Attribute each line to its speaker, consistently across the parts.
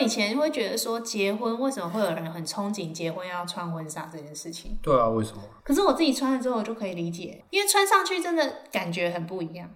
Speaker 1: 以前会觉得说，结婚为什么会有人很憧憬结婚要穿婚纱这件事情？
Speaker 2: 对啊，为什么？
Speaker 1: 可是我自己穿了之后，我就可以理解，因为穿上去真的感觉很不一样。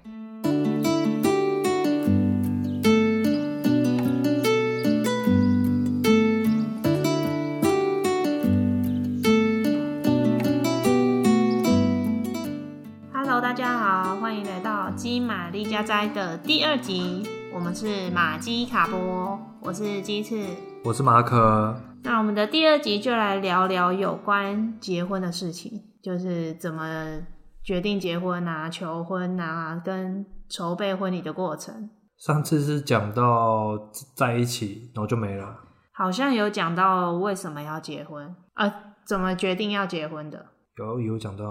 Speaker 1: Hello，大家好，欢迎来到鸡玛丽家斋的第二集，我们是马基卡波，我是鸡翅。
Speaker 2: 我是马可，
Speaker 1: 那我们的第二集就来聊聊有关结婚的事情，就是怎么决定结婚啊、求婚啊，跟筹备婚礼的过程。
Speaker 2: 上次是讲到在一起，然后就没了。
Speaker 1: 好像有讲到为什么要结婚，呃，怎么决定要结婚的，
Speaker 2: 有有讲到，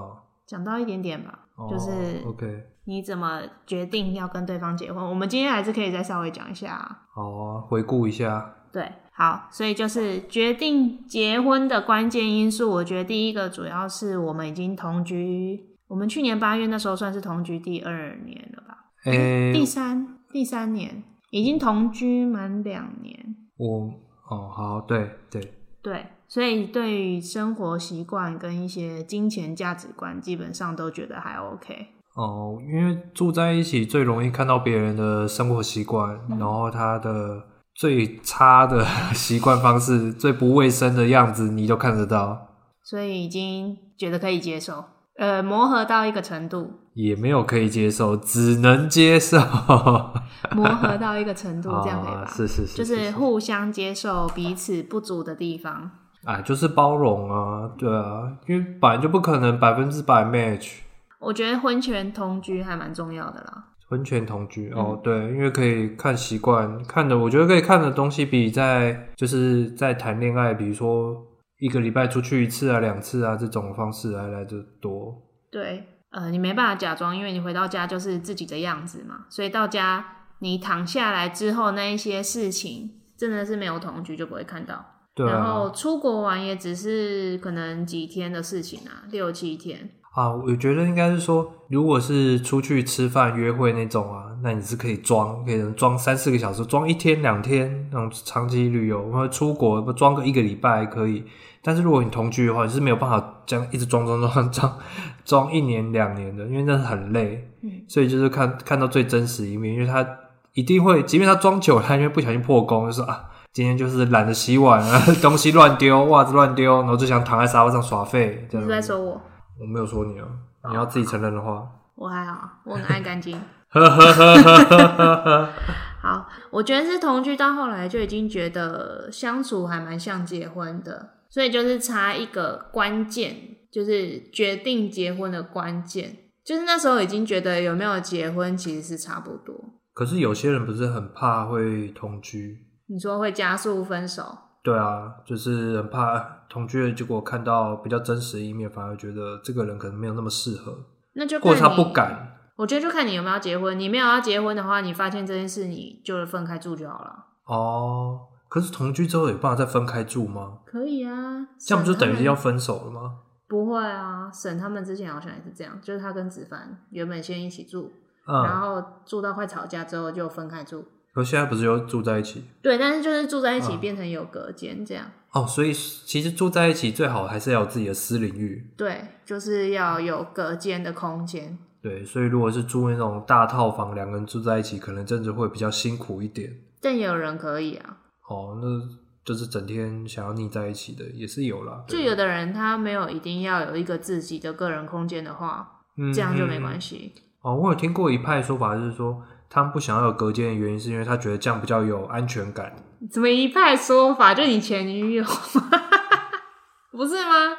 Speaker 1: 讲到一点点吧，
Speaker 2: 哦、
Speaker 1: 就是。
Speaker 2: OK，
Speaker 1: 你怎么决定要跟对方结婚？我们今天还是可以再稍微讲一下啊、
Speaker 2: 好啊，回顾一下，
Speaker 1: 对，好，所以就是决定结婚的关键因素，我觉得第一个主要是我们已经同居，我们去年八月那时候算是同居第二年了吧？
Speaker 2: 诶、
Speaker 1: 第三第三年已经同居满两年，
Speaker 2: 我哦好，对对，
Speaker 1: 对，所以对于生活习惯跟一些金钱价值观，基本上都觉得还 OK。
Speaker 2: 哦，因为住在一起最容易看到别人的生活习惯，然后他的最差的 习惯方式、最不卫生的样子，你都看得到，
Speaker 1: 所以已经觉得可以接受，呃，磨合到一个程度，
Speaker 2: 也没有可以接受，只能接受。
Speaker 1: 磨合到一个程度，这 样可以吧？
Speaker 2: 啊，是是是，
Speaker 1: 就是互相接受彼此不足的地方。
Speaker 2: 哎，就是包容啊，对啊，因为本来就不可能百分之百 match
Speaker 1: 我觉得婚前同居还蛮重要的啦。
Speaker 2: 婚前同居、
Speaker 1: 嗯
Speaker 2: 哦，对，因为可以看习惯，看的我觉得可以看的东西比在就是在谈恋爱，比如说一个礼拜出去一次啊、两次啊这种方式来来的多。
Speaker 1: 对，呃，你没办法假装，因为你回到家就是自己的样子嘛。所以到家你躺下来之后，那一些事情真的是没有同居就不会看到。
Speaker 2: 对
Speaker 1: 然
Speaker 2: 啊，
Speaker 1: 后出国玩也只是可能几天的事情啊，六七天。
Speaker 2: 啊，我觉得应该是说，如果是出去吃饭、约会那种啊，那你是可以装，可以装三四个小时，装一天、两天那种长期旅游，或者出国不装个一个礼拜还可以。但是如果你同居的话，你是没有办法这样一直装装装装装一年两年的，因为那很累。
Speaker 1: 嗯，
Speaker 2: 所以就是看看到最真实一面，因为他一定会，即便他装久了，他因为不小心破功，就说啊，今天就是懒得洗碗啊， 东西乱丢，袜子乱丢，然后就想躺在沙发上耍废。这
Speaker 1: 你
Speaker 2: 样
Speaker 1: 是在说我？
Speaker 2: 我没有说你啊，
Speaker 1: 哦
Speaker 2: 你要自己承认的话，
Speaker 1: 我还好，我很爱干净。
Speaker 2: 呵呵呵呵呵呵。
Speaker 1: 好，我觉得是同居到后来就已经觉得相处还蛮像结婚的，所以就是差一个关键，就是决定结婚的关键，就是那时候已经觉得有没有结婚其实是差不多。
Speaker 2: 可是有些人不是很怕会同居，
Speaker 1: 你说会加速分手，
Speaker 2: 对啊，就是很怕同居的结果看到比较真实的一面，反而觉得这个人可能没有那么适合，
Speaker 1: 那就看
Speaker 2: 或者他
Speaker 1: 你
Speaker 2: 不。敢。
Speaker 1: 我觉得就看你有没有要结婚，你没有要结婚的话，你发现这件事你就分开住就好了。
Speaker 2: 哦，可是同居之后有办法再分开住吗？
Speaker 1: 可以啊，
Speaker 2: 这样不
Speaker 1: 省
Speaker 2: 就
Speaker 1: 他
Speaker 2: 等
Speaker 1: 们
Speaker 2: 于要分手了吗？
Speaker 1: 不会啊？沈他们之前好像也是这样，就是他跟子凡原本先一起住，然
Speaker 2: 嗯，
Speaker 1: 后住到快吵架之后就分开住。
Speaker 2: 可现在不是又住在一起
Speaker 1: 对，但是就是住在一起
Speaker 2: 嗯
Speaker 1: 变成有隔间这样。
Speaker 2: 哦，所以其实住在一起最好还是要有自己的私领域。
Speaker 1: 对，就是要有隔间的空间。
Speaker 2: 对，所以如果是住那种大套房，两个人住在一起，可能真的会比较辛苦一点。
Speaker 1: 但也有人可以啊，
Speaker 2: 哦，那就是整天想要腻在一起的也是有啦，
Speaker 1: 就
Speaker 2: 对
Speaker 1: 有的人他没有一定要有一个自己的个人空间的话，这样就没关。
Speaker 2: 嗯嗯
Speaker 1: 系。
Speaker 2: 哦，我有听过一派说法，就是说他们不想要有隔间的原因，是因为他觉得这样比较有安全感。
Speaker 1: 怎么一派说法？就你前女友， 不是吗？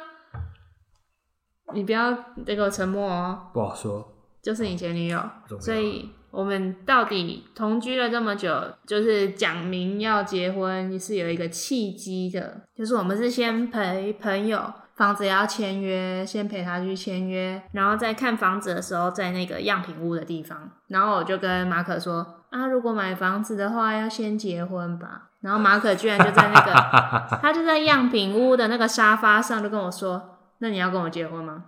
Speaker 1: 你不要那个沉默哦，
Speaker 2: 不好说，
Speaker 1: 就是你前女友。
Speaker 2: 不重要啊
Speaker 1: 所以我们到底同居了这么久，就是讲明要结婚是有一个契机的，就是我们是先陪朋友。房子也要签约，先陪他去签约，然后在看房子的时候，在那个样品屋的地方，然后我就跟马可说啊，如果买房子的话，要先结婚吧。然后马可居然就在那个，他就在样品屋的那个沙发上就跟我说，那你要跟我结婚吗？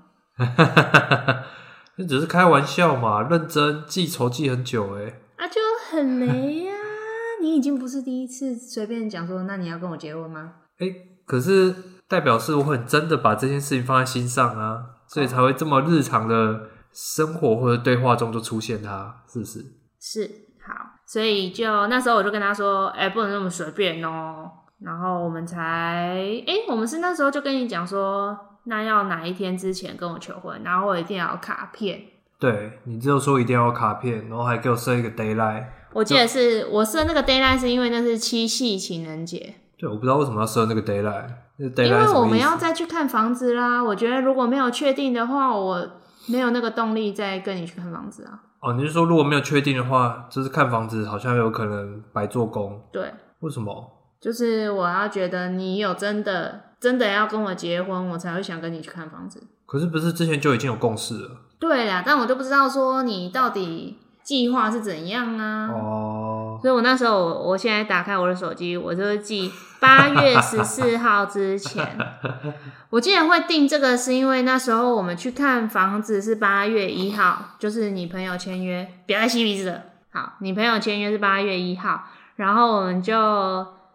Speaker 2: 那只是开玩笑嘛，认真记仇记很久哎、
Speaker 1: 啊，就很雷呀、你已经不是第一次随便讲说，那你要跟我结婚吗？
Speaker 2: 哎、可是代表是我很真的把这件事情放在心上啊，所以才会这么日常的生活或者对话中就出现它，是不是？
Speaker 1: 是，好，所以就那时候我就跟他说，哎、不能那么随便哦。然后我们才，哎、我们是那时候就跟你讲说，那要哪一天之前跟我求婚，然后我一定要有卡片。
Speaker 2: 对你只有说一定要有卡片，然后还给我设一个 d a y l i g h t
Speaker 1: 我记得是我设那个 d a y l i g h t 是因为那是七夕情人节，
Speaker 2: 对，我不知道为什么要设那个 d a y l i g h t 那 d a y
Speaker 1: 因
Speaker 2: l i g h
Speaker 1: 为
Speaker 2: t
Speaker 1: 我们要再去看房子啦。我觉得如果没有确定的话，我没有那个动力再跟你去看房子啊。
Speaker 2: 哦，你是说如果没有确定的话，就是看房子好像有可能白做工？
Speaker 1: 对，
Speaker 2: 为什么？
Speaker 1: 就是我要觉得你有真的真的要跟我结婚，我才会想跟你去看房子。
Speaker 2: 可是不是之前就已经有共识了？
Speaker 1: 对啦，但我就不知道说你到底计划是怎样啊。
Speaker 2: 哦，
Speaker 1: 所以我那时候我我现在打开我的手机，我就是记八月十四号之前。我竟然会定这个，是因为那时候我们去看房子是八月一号，就是你朋友签约，不要再吸鼻子了。好，你朋友签约是八月一号，然后我们就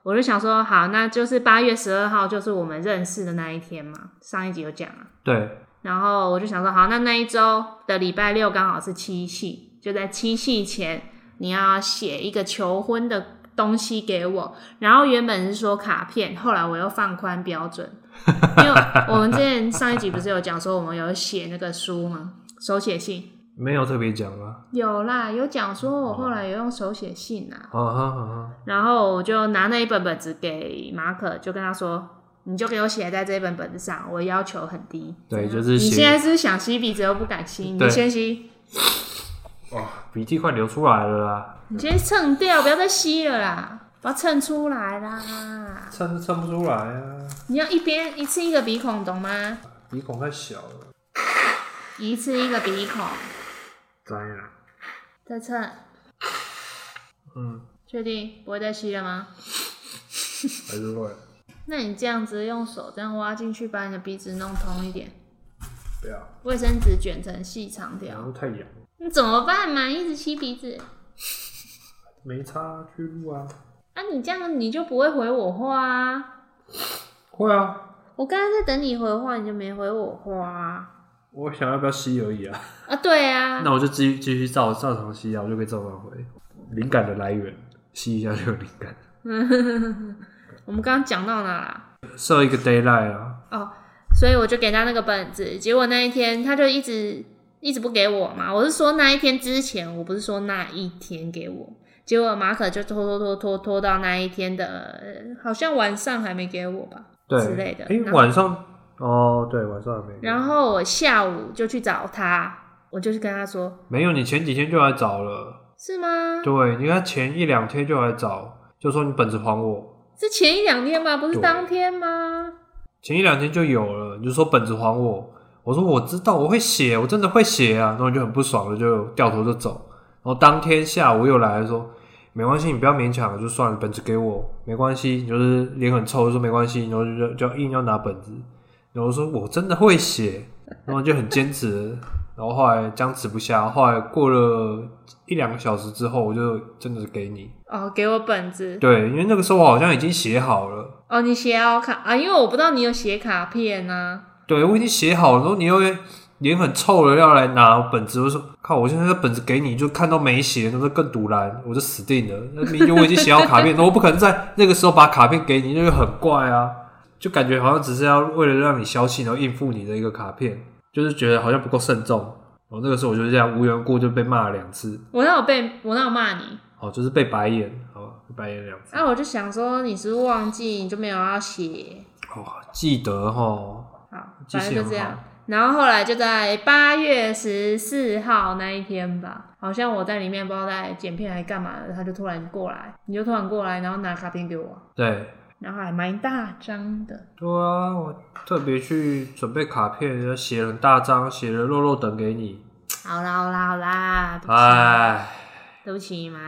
Speaker 1: 我就想说，好，那就是八月十二号，就是我们认识的那一天嘛。上一集有讲啊，
Speaker 2: 对，
Speaker 1: 然后我就想说，好，那那一周的礼拜六刚好是七夕，就在七夕前，你要写一个求婚的东西给我。然后原本是说卡片，后来我又放宽标准，因为我们之前上一集不是有讲说我们有写那个书吗？手写信
Speaker 2: 没有特别讲啊吗？
Speaker 1: 有啦，有讲说我后来有用手写信啊。
Speaker 2: 啊哈啊哈，
Speaker 1: 然后我就拿那一本本子给马可，就跟他说：“你就给我写在这一本本子上，我要求很低。”
Speaker 2: 对
Speaker 1: 这样
Speaker 2: 就是
Speaker 1: 嗯
Speaker 2: 写
Speaker 1: 你现在是想吸鼻子又不敢吸，你
Speaker 2: 对
Speaker 1: 先吸，
Speaker 2: 鼻涕快流出来了啦，
Speaker 1: 你先蹭掉，不要再吸了啦，把它蹭出来啦！
Speaker 2: 撑都撑不出来啊，
Speaker 1: 你要一边一次一个鼻孔，懂吗？
Speaker 2: 鼻孔太小了。
Speaker 1: 一次一个鼻孔，
Speaker 2: 当然，
Speaker 1: 再蹭，
Speaker 2: 嗯，
Speaker 1: 确定不会再吸了吗？
Speaker 2: 还是会，
Speaker 1: 那你这样子用手这样挖进去，把你的鼻子弄通一点，
Speaker 2: 不要，
Speaker 1: 卫生纸卷成细长条，
Speaker 2: 后太痒，
Speaker 1: 你怎么办嘛？一直吸鼻子。
Speaker 2: 没差去录啊。
Speaker 1: 啊，你这样你就不会回我话啊！
Speaker 2: 会啊，
Speaker 1: 我刚刚在等你回话，你就没回我话啊！
Speaker 2: 我想要不要吸而已啊。
Speaker 1: 啊，对啊，
Speaker 2: 那我就继续继续照照常吸啊，我就可以照常回。灵感的来源，吸一下就有灵感。
Speaker 1: 我们刚刚讲到哪啦？
Speaker 2: 设一个 d a y l i g h t 啊，
Speaker 1: 哦，所以我就给他那个本子，结果那一天他就一直一直不给我嘛。我是说那一天之前，我不是说那一天给我。结果马可就拖拖拖拖拖到那一天的，呃好像晚上还没给我吧
Speaker 2: 对
Speaker 1: 之类的。
Speaker 2: 哎、
Speaker 1: 然后
Speaker 2: 晚上哦，对，晚上还没。
Speaker 1: 然后我下午就去找他，我就去跟他说，
Speaker 2: 没有，你前几天就来找了。
Speaker 1: 是吗？
Speaker 2: 对，你看前一两天就来找，就说你本子还我。
Speaker 1: 是前一两天吗？不是
Speaker 2: 对
Speaker 1: 当天吗？
Speaker 2: 前一两天就有了，你就说本子还我。我说我知道，我会写，我真的会写啊。然后你就很不爽了，就掉头就走。然后当天下午又来说，没关系，你不要勉强，就算了，本子给我，没关系。你就是脸很臭，就说没关系，然后就就硬要拿本子。然后我说我真的会写，然后就很坚持。然后后来僵持不下，后来过了一两个小时之后，我就真的给你。
Speaker 1: 哦，给我本子。
Speaker 2: 对，因为那个时候我好像已经写好了。
Speaker 1: 哦，你写好卡啊，因为我不知道你有写卡片啊。
Speaker 2: 对，我已经写好了，然后你又脸很臭了要来拿本子，我就说靠，我现在这本子给你，就看到没写，那不是更堵然，我就死定了。那明明我已经写好卡片，我不可能在那个时候把卡片给你，那就很怪啊，就感觉好像只是要为了让你消气，然后应付你的一个卡片，就是觉得好像不够慎重。然后那个时候我就这样无缘无故就被骂了两次，
Speaker 1: 我那有被我那有骂你，
Speaker 2: 哦，就是被白眼，好吧，被白眼两次。
Speaker 1: 啊，我就想说你是不是忘记，你就没有要写。
Speaker 2: 哦，记得哦哈，
Speaker 1: 好，
Speaker 2: 记
Speaker 1: 反正
Speaker 2: 性
Speaker 1: 就
Speaker 2: 很
Speaker 1: 这样
Speaker 2: 好。
Speaker 1: 然后后来就在八月十四号那一天吧，好像我在里面不知道在剪片还干嘛的，他就突然过来，你就突然过来，然后拿卡片给我，
Speaker 2: 对。
Speaker 1: 然后还蛮大张的。
Speaker 2: 对啊，我特别去准备卡片，要写了大张，写了肉肉等给你。
Speaker 1: 好啦好啦好啦，对不起
Speaker 2: 哎，
Speaker 1: 对不起嘛。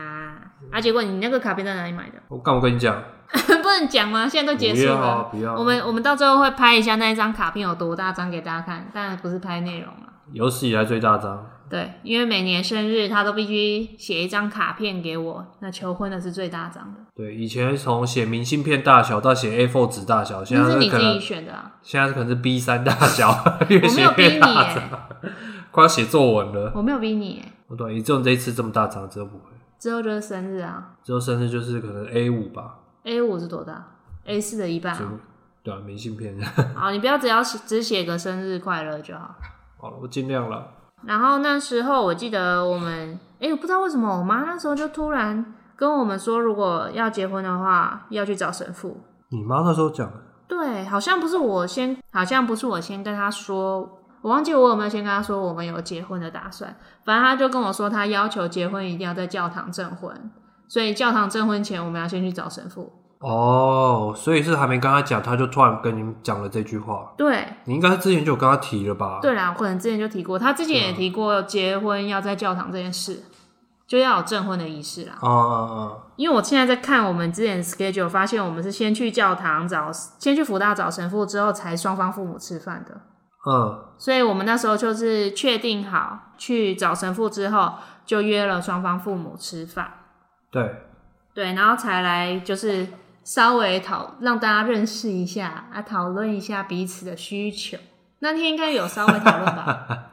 Speaker 1: 啊，结果你那个卡片在哪里买的？
Speaker 2: 我干我跟你讲，
Speaker 1: 不能讲吗？现在都
Speaker 2: 不
Speaker 1: 结束
Speaker 2: 要
Speaker 1: 了。
Speaker 2: 不要，
Speaker 1: 我们我们到最后会拍一下那一张卡片有多大张给大家看，但不是拍内容了。啊
Speaker 2: 有史以来最大张。
Speaker 1: 对，因为每年生日他都必须写一张卡片给我，那求婚的是最大张的，
Speaker 2: 对，以前从写明信片大小到写 A4 纸大小，现
Speaker 1: 那
Speaker 2: 在
Speaker 1: 是你
Speaker 2: 可
Speaker 1: 自己
Speaker 2: 能
Speaker 1: 选的啊，
Speaker 2: 现在可能是 B 三大小， 越
Speaker 1: 我没
Speaker 2: 写
Speaker 1: 有逼
Speaker 2: 越
Speaker 1: 你
Speaker 2: 大
Speaker 1: 耶
Speaker 2: 张，快要写作文了。哦
Speaker 1: 我没有逼你耶，
Speaker 2: 对，你只有这一次这么大张，只有不会，
Speaker 1: 之后就是生日啊
Speaker 2: 之后甚至就是可能 A 五吧，
Speaker 1: ，A 五是多大？A 四的一半
Speaker 2: 就
Speaker 1: 啊、
Speaker 2: 对啊，明信片。
Speaker 1: 好，你不要只要写只写个生日快乐就好。
Speaker 2: 好了，我尽量了。
Speaker 1: 然后那时候我记得我们，哎、我不知道为什么我妈那时候就突然跟我们说，如果要结婚的话，要去找神父。
Speaker 2: 你妈那时候讲的，
Speaker 1: 对，好像不是我先，好像不是我先跟她说，我忘记我有没有先跟她说我们有结婚的打算。反正她就跟我说，她要求结婚一定要在教堂证婚，所以教堂证婚前我们要先去找神父。
Speaker 2: 哦，所以是还没跟他讲，他就突然跟你讲了这句话。
Speaker 1: 对，
Speaker 2: 你应该之前就有跟他提了吧？，
Speaker 1: 对啦，我可能之前就提过，她之前也提过结婚要在教堂这件事，就要有证婚的仪式啦。
Speaker 2: 啊啊
Speaker 1: 因为我现在在看我们之前的 schedule，发现我们是先去教堂找，先去福大找神父，之后才双方父母吃饭的。
Speaker 2: 啊，嗯，
Speaker 1: 所以我们那时候就是确定好去找神父之后，就约了双方父母吃饭，
Speaker 2: 对，
Speaker 1: 对，然后才来就是稍微讨让大家认识一下啊，讨论一下彼此的需求。那天应该有稍微讨论吧，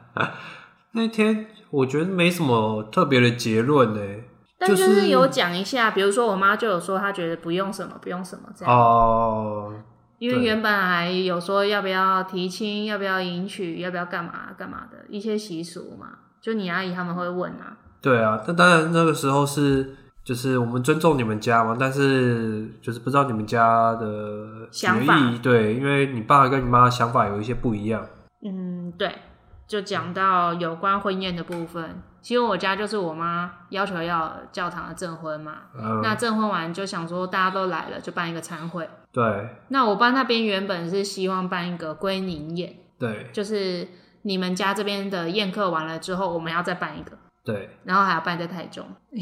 Speaker 2: 那天我觉得没什么特别的结论呢、
Speaker 1: 但就
Speaker 2: 就是
Speaker 1: 是有讲一下，比如说我妈就有说她觉得不用什么不用什么这样，
Speaker 2: 哦，
Speaker 1: 因为
Speaker 2: 对
Speaker 1: 原本还有说要不要提亲，要不要迎娶，要不要干嘛干嘛的一些习俗嘛，就你阿姨他们会问啊。
Speaker 2: 对啊，那当然那个时候是就是我们尊重你们家嘛，但是就是不知道你们家的
Speaker 1: 想
Speaker 2: 决
Speaker 1: 法
Speaker 2: 议，对，因为你爸跟你妈的想法有一些不一样。
Speaker 1: 嗯，对，就
Speaker 2: 嗯
Speaker 1: 讲到有关婚宴的部分。其实我家就是我妈要求要教堂的证婚嘛，
Speaker 2: 嗯，
Speaker 1: 那证婚完就想说大家都来了，就办一个餐会。
Speaker 2: 对
Speaker 1: 那我爸那边原本是希望办一个归宁宴，
Speaker 2: 对
Speaker 1: 就是你们家这边的宴客完了之后，我们要再办一个。
Speaker 2: 对，
Speaker 1: 然后还要办在台中，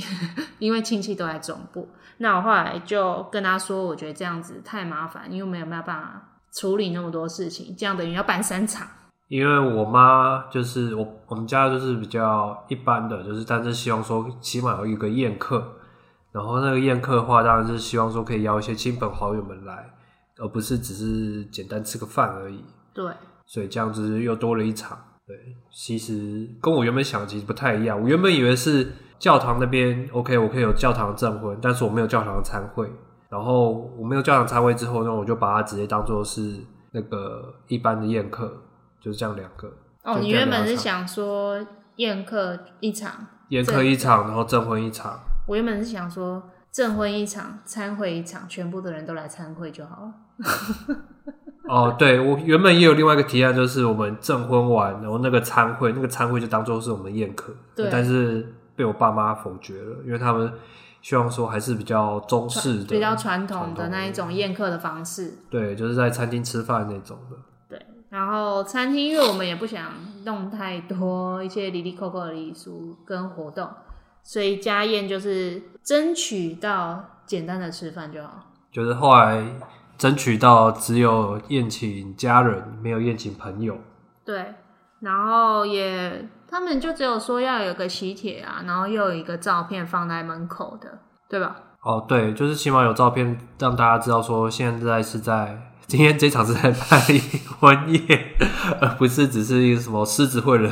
Speaker 1: 因为亲戚都在总部。那我后来就跟他说，我觉得这样子太麻烦，因为我们也没有办法处理那么多事情，这样等于要办三场。
Speaker 2: 因为我妈就是我我们家就是比较一般的，就是但是希望说起码有一个宴客，然后那个宴客的话，当然是希望说可以邀一些亲朋好友们来，而不是只是简单吃个饭而已。
Speaker 1: 对，
Speaker 2: 所以这样子又多了一场。对，其实跟我原本想的其实不太一样。我原本以为是教堂那边 OK，我可以有教堂的证婚，但是我没有教堂的参会。然后我没有教堂参会之后呢，我就把它直接当做是那个一般的宴客，就是这样两个
Speaker 1: 哦，
Speaker 2: 就
Speaker 1: 你
Speaker 2: 这样
Speaker 1: 原本
Speaker 2: 两
Speaker 1: 是
Speaker 2: 场
Speaker 1: 想说宴客一场，
Speaker 2: 宴客一场，然后证婚一场。
Speaker 1: 我原本是想说证婚一场，参会一场，全部的人都来参会就好了。
Speaker 2: 哦，对我原本也有另外一个提案，就是我们证婚完，然后那个参会，那个参会就当做是我们宴客，
Speaker 1: 对
Speaker 2: 但是被我爸妈否决了，因为他们希望说还是比较中式的，
Speaker 1: 比较传统
Speaker 2: 传
Speaker 1: 的
Speaker 2: 统
Speaker 1: 那一种宴客的方式。
Speaker 2: 对，就是在餐厅吃饭那种的，
Speaker 1: 然后餐厅，因为我们也不想弄太多一些离离扣扣的礼俗跟活动，所以家宴就是争取到简单的吃饭就好。
Speaker 2: 就是后来争取到只有宴请家人，没有宴请朋友，
Speaker 1: 对，然后也他们就只有说要有个喜帖啊，然后又有一个照片放在门口的，对吧？
Speaker 2: 哦，对，就是起码有照片让大家知道说现在是在今天这场是在办理 婚宴，而不是只是一个什么狮子会的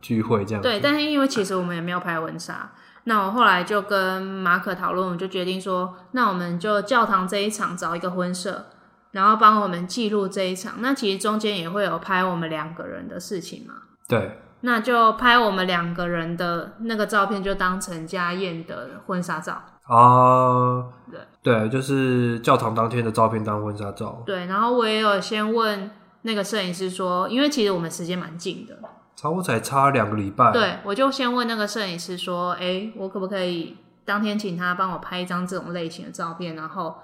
Speaker 2: 聚会这样子。
Speaker 1: 对，但是因为其实我们也没有拍婚纱，那我后来就跟马可讨论，我们就决定说，那我们就教堂这一场找一个婚摄，然后帮我们记录这一场。那其实中间也会有拍我们两个人的事情嘛，
Speaker 2: 对
Speaker 1: 那就拍我们两个人的那个照片，就当成家宴的婚纱照。
Speaker 2: 啊，
Speaker 1: 对
Speaker 2: 对，就是教堂当天的照片当婚纱照，
Speaker 1: 对，然后我也有先问那个摄影师说，因为其实我们时间蛮近的，
Speaker 2: 差不多才差两个礼拜。，
Speaker 1: 对，我就先问那个摄影师说：“哎、我可不可以当天请他帮我拍一张这种类型的照片，然后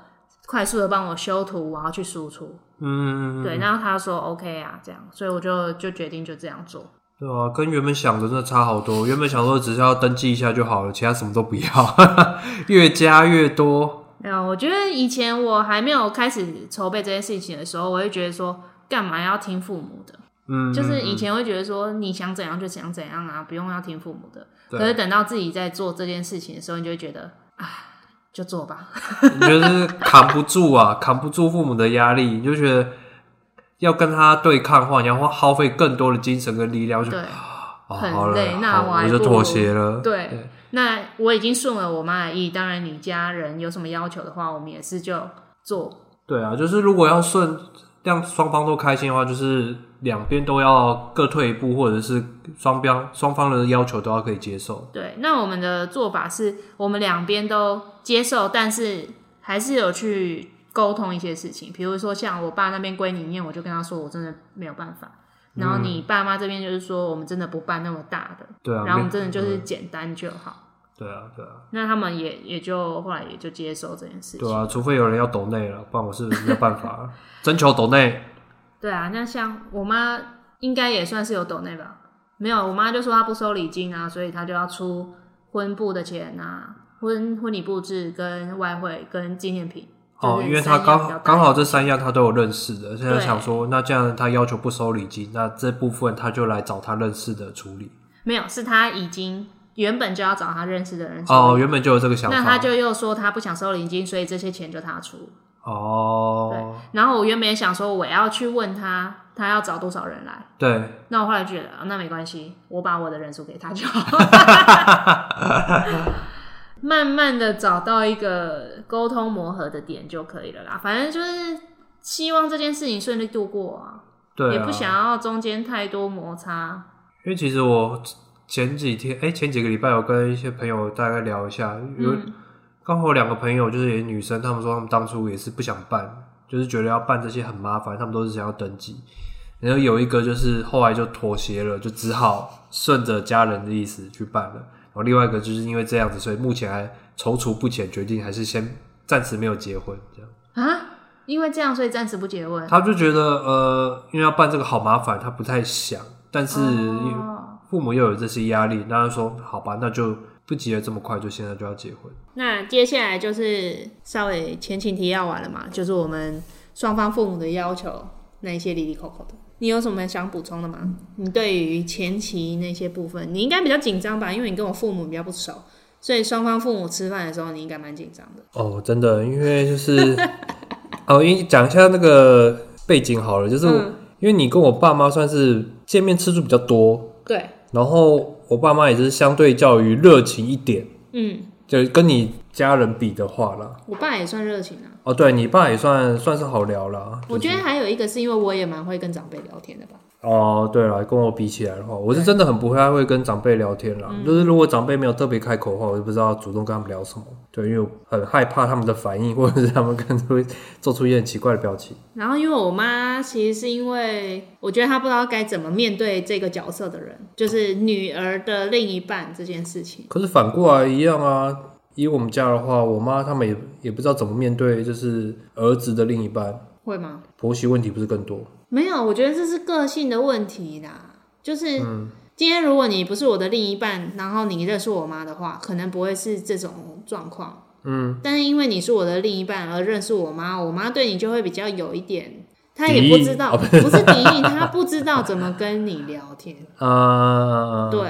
Speaker 1: 快速的帮我修图，我要去输出？”
Speaker 2: 嗯，
Speaker 1: 对，然后他说 OK 啊，这样，所以我就就决定就这样做。
Speaker 2: 对啊，跟原本想的真的差好多。原本想说只是要登记一下就好了，其他什么都不要， 越加越多。
Speaker 1: 没有，我觉得以前我还没有开始筹备这件事情的时候，我会觉得说，干嘛要听父母的？
Speaker 2: 嗯，
Speaker 1: 就是以
Speaker 2: 嗯
Speaker 1: 前会觉得说你想怎样就想怎样啊，不用要听父母的。
Speaker 2: 对
Speaker 1: 可是等到自己在做这件事情的时候，你就会觉得啊，就做吧。
Speaker 2: 嗯你就是扛不住啊， 扛不住父母的压力，你就觉得要跟他对抗的话，你要花耗费更多的精神跟力量去。
Speaker 1: 对
Speaker 2: 哦、
Speaker 1: 很
Speaker 2: 好了
Speaker 1: 累那
Speaker 2: 好
Speaker 1: 我
Speaker 2: 我
Speaker 1: 还
Speaker 2: 就
Speaker 1: 不
Speaker 2: 妥
Speaker 1: 如
Speaker 2: 协了。
Speaker 1: 对
Speaker 2: 对
Speaker 1: 那我已经顺了我妈的意，当然你家人有什么要求的话，我们也是就做。
Speaker 2: 对啊，就是如果要顺，让双方都开心的话，就是两边都要各退一步，或者是双方双方的要求都要可以接受。
Speaker 1: 对，那我们的做法是我们两边都接受，但是还是有去沟通一些事情，比如说像我爸那边归你念，我就跟他说我真的没有办法。然后你爸妈这边就是说，我们真的不办那么大的，
Speaker 2: 嗯对啊，
Speaker 1: 然后我
Speaker 2: 没
Speaker 1: 们真的就是简单就好。
Speaker 2: 对啊，对啊，
Speaker 1: 那他们也也就后来也就接受这件事情。
Speaker 2: 对啊，除非有人要抖内了，不然我是没有办法征求抖 内。
Speaker 1: 对啊，那像我妈应该也算是有抖内吧？没有，我妈就说她不收礼金啊，所以她就要出婚布的钱啊，婚婚礼布置跟外汇跟纪念品。
Speaker 2: 哦
Speaker 1: 就，是
Speaker 2: 因为他
Speaker 1: 三样比较
Speaker 2: 刚
Speaker 1: 大
Speaker 2: 刚好这三样他都有认识的，现在
Speaker 1: 对
Speaker 2: 想说，那这样他要求不收礼金，那这部分他就来找他认识的处理。
Speaker 1: 没有，是她已经原本就要找她认识的人收
Speaker 2: 哦，
Speaker 1: 礼
Speaker 2: 原本就有这个想法。
Speaker 1: 那她就又说她不想收礼金，所以这些钱就她出。
Speaker 2: 哦，
Speaker 1: 然后我原本也想说我要去问她，她要找多少人来。
Speaker 2: 对，
Speaker 1: 那我后来觉得，啊那没关系，我把我的人数给他就好。 慢慢的找到一个沟通磨合的点就可以了啦。反正就是希望这件事情顺利度过啊，
Speaker 2: 对啊，
Speaker 1: 也不想要中间太多摩擦。
Speaker 2: 因为其实我前几天，哎、前几个礼拜有跟一些朋友大概聊一下，有
Speaker 1: 嗯，
Speaker 2: 刚好有两个朋友就是也是女生，她们说她们当初也是不想办，就是觉得要办这些很麻烦，她们都是想要登记。然后有一个就是后来就妥协了，就只好顺着家人的意思去办了。然后另外一个就是因为这样子，所以目前还踌躇不前，决定还是先暂时没有结婚这样。
Speaker 1: 啊，因为这样所以暂时不结婚。
Speaker 2: 他就觉得呃，因为要办这个好麻烦，他不太想，但是因为
Speaker 1: 哦
Speaker 2: 父母又有这些压力，那他说好吧，那就不急了，这么快就现在就要结婚。
Speaker 1: 那接下来就是稍微前情提要完了嘛，就是我们双方父母的要求那一些里里扣扣的。你有什么想补充的吗？你对于前期那些部分，你应该比较紧张吧？因为你跟我父母比较不熟，所以双方父母吃饭的时候，你应该蛮紧张的。
Speaker 2: 哦，真的，因为就是 哦，因为讲一下那个背景好了，就是我、
Speaker 1: 嗯
Speaker 2: 因为你跟我爸妈算是见面次数比较多，
Speaker 1: 对，
Speaker 2: 然后我爸妈也是相对较于热情一点，
Speaker 1: 嗯，
Speaker 2: 就跟你家人比的话啦。
Speaker 1: 我爸也算热情啊。
Speaker 2: 哦，对你爸也算算是好聊啦。
Speaker 1: 我觉得还有一个是因为我也蛮会跟长辈聊天的吧。
Speaker 2: 哦，对了，跟我比起来的话，我是真的很不太会跟长辈聊天啦。就是如果长辈没有特别开口的话，我就不知道主动跟他们聊什么。对，因为我很害怕他们的反应，或者是他们可能会做出一些很奇怪的 表情。
Speaker 1: 然后，因为我妈其实是因为我觉得她不知道该怎么面对这个角色的人，就是女儿的另一半这件事情。
Speaker 2: 可是反过来一样啊，以我们家的话，我妈他们也也不知道怎么面对，就是儿子的另一半，
Speaker 1: 会吗？
Speaker 2: 婆媳问题不是更多？
Speaker 1: 没有，我觉得这是个性的问题啦。就是、
Speaker 2: 嗯
Speaker 1: 今天如果你不是我的另一半，然后你认识我妈的话，可能不会是这种状况。嗯，但是因为你是我的另一半而认识我妈，我妈对你就会比较有一点，她也不知道，
Speaker 2: 哦
Speaker 1: 不是敌意，她不知道怎么跟你聊天。
Speaker 2: 啊、
Speaker 1: 对，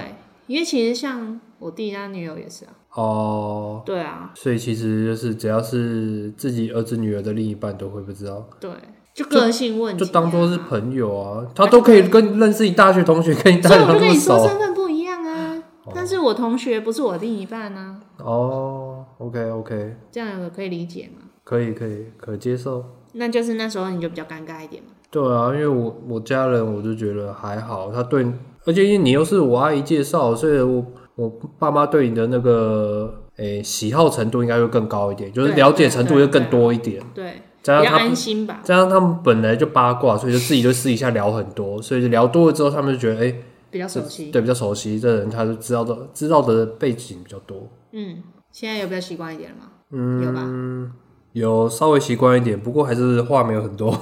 Speaker 1: 因为其实像我弟他女友也是啊，
Speaker 2: 哦，
Speaker 1: 对啊，
Speaker 2: 所以其实就是只要是自己儿子女儿的另一半都会不知道。
Speaker 1: 对，就个性问题
Speaker 2: 就
Speaker 1: 啊、
Speaker 2: 当做是朋友啊，他都可以跟认识你大学同学，跟你大
Speaker 1: 所
Speaker 2: 学
Speaker 1: 以我就跟
Speaker 2: 同学那
Speaker 1: 你
Speaker 2: 么
Speaker 1: 说
Speaker 2: 熟
Speaker 1: 身份不一样啊。但是我同学不是我另一半啊，
Speaker 2: 哦。OK OK，
Speaker 1: 这样有可以理解吗？
Speaker 2: 可以可以可接受。
Speaker 1: 那就是那时候你就比较尴尬一点嘛。
Speaker 2: 对啊，因为我我家人我就觉得还好，他对，而且因为你又是我阿姨介绍，所以我我爸妈对你的那个诶、喜好程度应该会更高一点，就是
Speaker 1: 对
Speaker 2: 了解程度
Speaker 1: 对
Speaker 2: 会更多一点。
Speaker 1: 对，比
Speaker 2: 加
Speaker 1: 较
Speaker 2: 上他
Speaker 1: 安心吧。
Speaker 2: 加上他们本来就八卦，所以就自己就私底下聊很多，所以就聊多了之后，他们就觉得哎、诶
Speaker 1: 比较熟悉，
Speaker 2: 对比较熟悉，这人他就知道的知道的背景比较多。
Speaker 1: 嗯，现在有比较习惯一点了吗？有吧？
Speaker 2: 嗯，有稍微习惯一点，不过还是话没有 很多，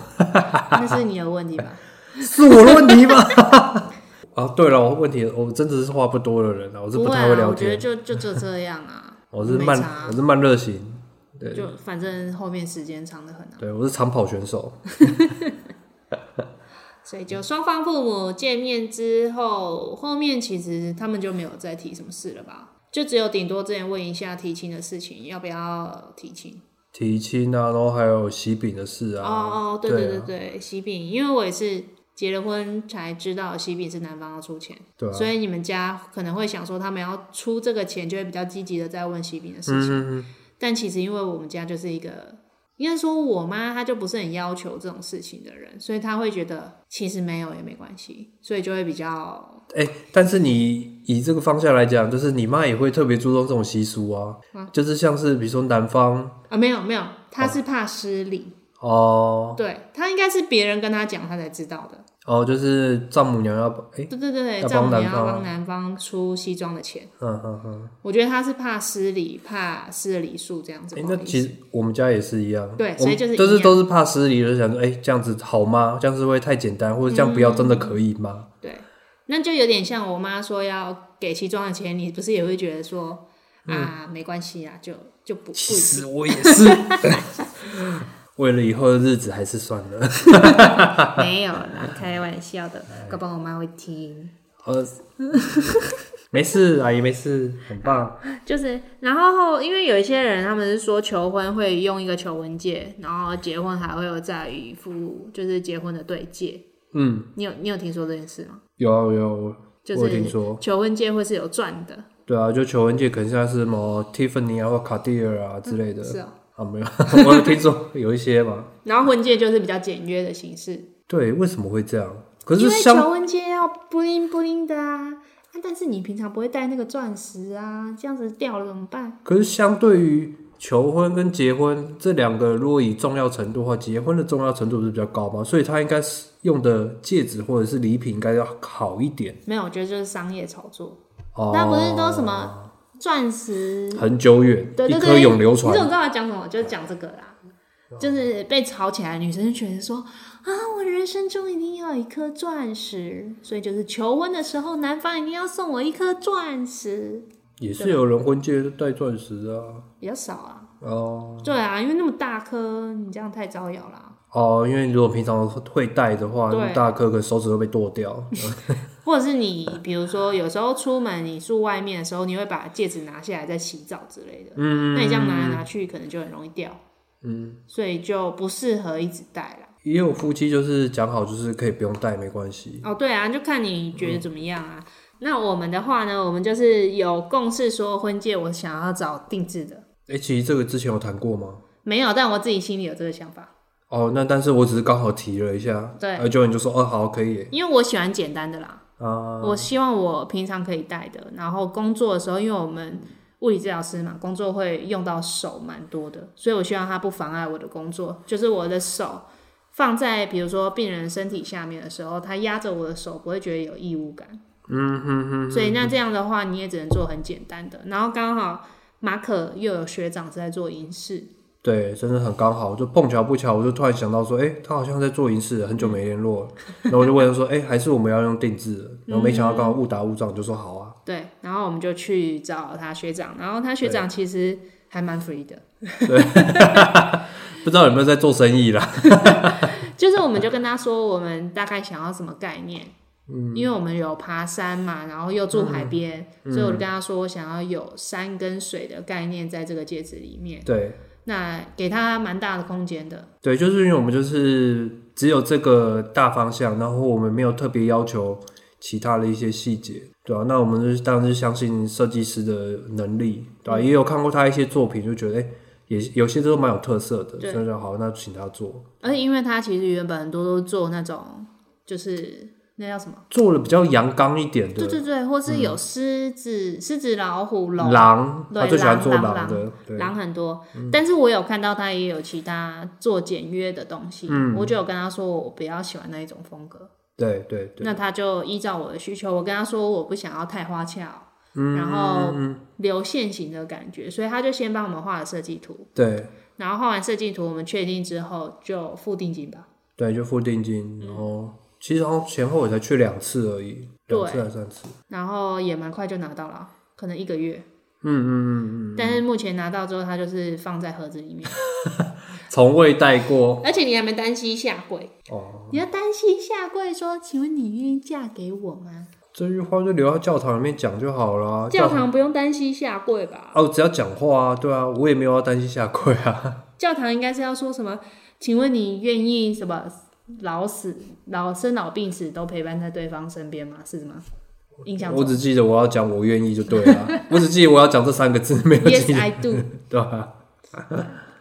Speaker 1: 那是你的问题吧？
Speaker 2: 是我的问 题吗？啊，对了，我问题我真的是话不多的人 啊，我是
Speaker 1: 会
Speaker 2: 太会
Speaker 1: 啊，
Speaker 2: 聊
Speaker 1: 我觉得
Speaker 2: 天，，
Speaker 1: 就就就这样啊
Speaker 2: 我是
Speaker 1: 没
Speaker 2: 慢
Speaker 1: 差啊
Speaker 2: 我是慢热型， 对
Speaker 1: 就反正后面时间长得很啊。
Speaker 2: 对，我是长跑选手。
Speaker 1: 啊所以就双方父母见面之后，后面其实他们就没有再提什么事了吧？就只有顶多之前问一下提亲的事情，要不要提亲？
Speaker 2: 提亲啊，然后还有喜饼的事啊。
Speaker 1: 哦哦，对对对
Speaker 2: 啊
Speaker 1: 对，喜饼，因为我也是结了婚才知道喜饼是男方要出钱，
Speaker 2: 对啊，
Speaker 1: 所以你们家可能会想说他们要出这个钱，就会比较积极的在问喜饼的事情。
Speaker 2: 嗯嗯
Speaker 1: 但其实因为我们家就是一个，应该说我妈她就不是很要求这种事情的人，所以她会觉得其实没有也没关系，所以就会比较
Speaker 2: 哎、但是你以这个方向来讲，就是你妈也会特别注重这种习俗啊，
Speaker 1: 嗯
Speaker 2: 就是像是比如说男方
Speaker 1: 啊没有没有，她是怕失礼，
Speaker 2: 哦
Speaker 1: 对她应该是别人跟她讲她才知道的，
Speaker 2: 哦，就是丈母娘要哎、
Speaker 1: 对对对，
Speaker 2: 要
Speaker 1: 丈母
Speaker 2: 帮
Speaker 1: 娘
Speaker 2: 男
Speaker 1: 要
Speaker 2: 方啊
Speaker 1: 帮男方出西装的钱，
Speaker 2: 嗯嗯嗯，
Speaker 1: 我觉得她是怕失礼，怕失了礼数这样子
Speaker 2: 哎、
Speaker 1: 不好意思。
Speaker 2: 那其实我们家也是一样，
Speaker 1: 对
Speaker 2: 我
Speaker 1: 所以
Speaker 2: 们
Speaker 1: 就是一
Speaker 2: 都是
Speaker 1: 样
Speaker 2: 都是怕失礼，就想说哎、这样子好吗？这样子会太简单，或者这样不
Speaker 1: 嗯
Speaker 2: 要真的可以吗？
Speaker 1: 对，那就有点像我妈说要给西装的钱，你不是也会觉得说啊没关系啊，就就不不
Speaker 2: 嗯其
Speaker 1: 一定
Speaker 2: 实我也是， 为了以后的日子还是算了。啊
Speaker 1: 没有啦，开玩笑的，搞不好我妈会听。
Speaker 2: 呃，没事，阿姨没事，很棒。
Speaker 1: 就是，然后因为有一些人他们是说求婚会用一个求婚戒，然后结婚还会有再一副就是结婚的对戒。
Speaker 2: 嗯，
Speaker 1: 你有你有听说这件事吗？
Speaker 2: 有啊有啊，
Speaker 1: 就
Speaker 2: 我有听说
Speaker 1: 是。求婚戒会是有钻的，
Speaker 2: 对啊，就求婚戒可能像是什么 Tiffany 啊或卡地尔啊之类的、
Speaker 1: 是哦。
Speaker 2: 啊，没有， 我有听说有一些嘛。
Speaker 1: 然后婚戒就是比较简约的形式，
Speaker 2: 对，为什么会这样？可
Speaker 1: 因
Speaker 2: 是
Speaker 1: 为
Speaker 2: 像
Speaker 1: 求婚戒要布灵布灵的啊啊但是你平常不会戴那个钻石啊，这样子掉了怎么办？
Speaker 2: 可是相对于求婚跟结婚这两个，如果以重要程度的话，结婚的重要程度不是比较高嘛，所以它应该是用的戒指或者是礼品应该要好一点
Speaker 1: 没有，我觉得就是商业炒作，
Speaker 2: 哦。
Speaker 1: 那不是都什么钻石
Speaker 2: 很久远，
Speaker 1: 对
Speaker 2: 一
Speaker 1: 对
Speaker 2: 颗
Speaker 1: 对，
Speaker 2: 永流
Speaker 1: 你
Speaker 2: 传
Speaker 1: 怎么知道我讲什么？就讲这个啦，就是被吵起来，女生就觉得说啊，我人生中一定要一颗钻石，所以就是求婚的时候，男方一定要送我一颗钻石，
Speaker 2: 也是有人婚戒都戴钻石啊。
Speaker 1: 比较少啊。
Speaker 2: 哦
Speaker 1: 对啊，因为那么大颗，你这样太招摇啦。
Speaker 2: 哦，因为如果平常会戴的话，
Speaker 1: 对
Speaker 2: 那么大颗可能手指会被剁掉。
Speaker 1: 或者是你，比如说有时候出门你住外面的时候，你会把戒指拿下来再洗澡之类的，嗯，那你这样拿来拿去，可能就很容易掉，嗯，所以就不适合一直戴啦。
Speaker 2: 也有夫妻就是讲好，就是可以不用戴，没关系。
Speaker 1: 哦，对啊，就看你觉得怎么样啊。那我们的话呢，我们就是有共识说婚戒我想要找定制的，
Speaker 2: 哎、其实这个之前有谈过吗？
Speaker 1: 没有，但我自己心里有这个想法，
Speaker 2: 哦，那但是我只是刚好提了一下，
Speaker 1: 对
Speaker 2: 而就你就说，哦，好，可以耶
Speaker 1: 因为我喜欢简单的啦，
Speaker 2: 啊，
Speaker 1: 我希望我平常可以戴的，然后工作的时候，因为我们物理治疗师嘛，工作会用到手蛮多的，所以我希望它不妨碍我的工作，就是我的手。放在比如说病人身体下面的时候，它压着我的手，不会觉得有异物感。
Speaker 2: 嗯哼哼，
Speaker 1: 所以那这样的话，你也只能做很简单的。然后刚好马可又有学长是在做银饰，
Speaker 2: 对，真的很刚好，就碰巧不巧，我就突然想到说，哎、他好像在做仪式，很久没联络了，然后我就问他说，哎、还是我们要用定制的，然后没想到刚好误打误撞，就说好啊，
Speaker 1: 对，然后我们就去找他学长，然后他学长其实还蛮 free 的，
Speaker 2: 不知道有没有在做生意啦，
Speaker 1: 就是我们就跟他说我们大概想要什么概念，嗯，因为我们有爬山嘛，然后又住海边，所以我就跟他说我想要有山跟水的概念在这个戒指里面，
Speaker 2: 对
Speaker 1: 那给他蛮大的空间的，
Speaker 2: 对，就是因为我们就是只有这个大方向，然后我们没有特别要求其他的一些细节，对啊，那我们就是当然是相信设计师的能力，对啊
Speaker 1: 嗯
Speaker 2: 吧、也有看过他一些作品，就觉得哎、也有些都蛮有特色的，
Speaker 1: 对
Speaker 2: 所以就好，那请他做，
Speaker 1: 而且因为他其实原本很多都做那种就是那叫什么？
Speaker 2: 做了比较阳刚一点
Speaker 1: 对
Speaker 2: 的。
Speaker 1: 对对，或是有狮子、狮子、老嗯虎、龙、
Speaker 2: 狼，
Speaker 1: 对
Speaker 2: 他最喜欢
Speaker 1: 狼
Speaker 2: 做
Speaker 1: 狼
Speaker 2: 狼
Speaker 1: 狼
Speaker 2: 的，对，
Speaker 1: 狼很多。但是我有看到他也有其他做简约的东西，我就有跟他说我比较喜欢那一种风格。
Speaker 2: 对对对，
Speaker 1: 那他就依照我的需求，我跟他说我不想要太花俏，
Speaker 2: 嗯
Speaker 1: 然后流线型的感觉，所以他就先帮我们画了设计图，
Speaker 2: 对
Speaker 1: 然后画完设计图我们确定之后就付定金吧。
Speaker 2: 对，就付定金，然后其实好像前后也才去两次而已，
Speaker 1: 嗯对
Speaker 2: 两次还是三次，
Speaker 1: 然后也蛮快就拿到了，可能一个月。
Speaker 2: 嗯嗯嗯
Speaker 1: 但是目前拿到之后，它就是放在盒子里面。
Speaker 2: 嗯，从未带过
Speaker 1: 而且你还没单膝下跪，
Speaker 2: 哦。
Speaker 1: 你要单膝下跪说：“请问你愿意嫁给我吗
Speaker 2: 这句话就留到教堂里面讲就好了。？”啊
Speaker 1: 教堂不用单膝下跪吧？
Speaker 2: 哦，只要讲话啊，对啊，我也没有要担心下跪啊。
Speaker 1: 教堂应该是要说什么？请问你愿意什么老死、老生老病死都陪伴在对方身边吗？是吗？印象
Speaker 2: 我
Speaker 1: 中
Speaker 2: 只记得我要讲我愿意就对了，啊我只记得我要讲这三个字，没有
Speaker 1: ，Yes
Speaker 2: 记得
Speaker 1: I do。
Speaker 2: 对啊吧？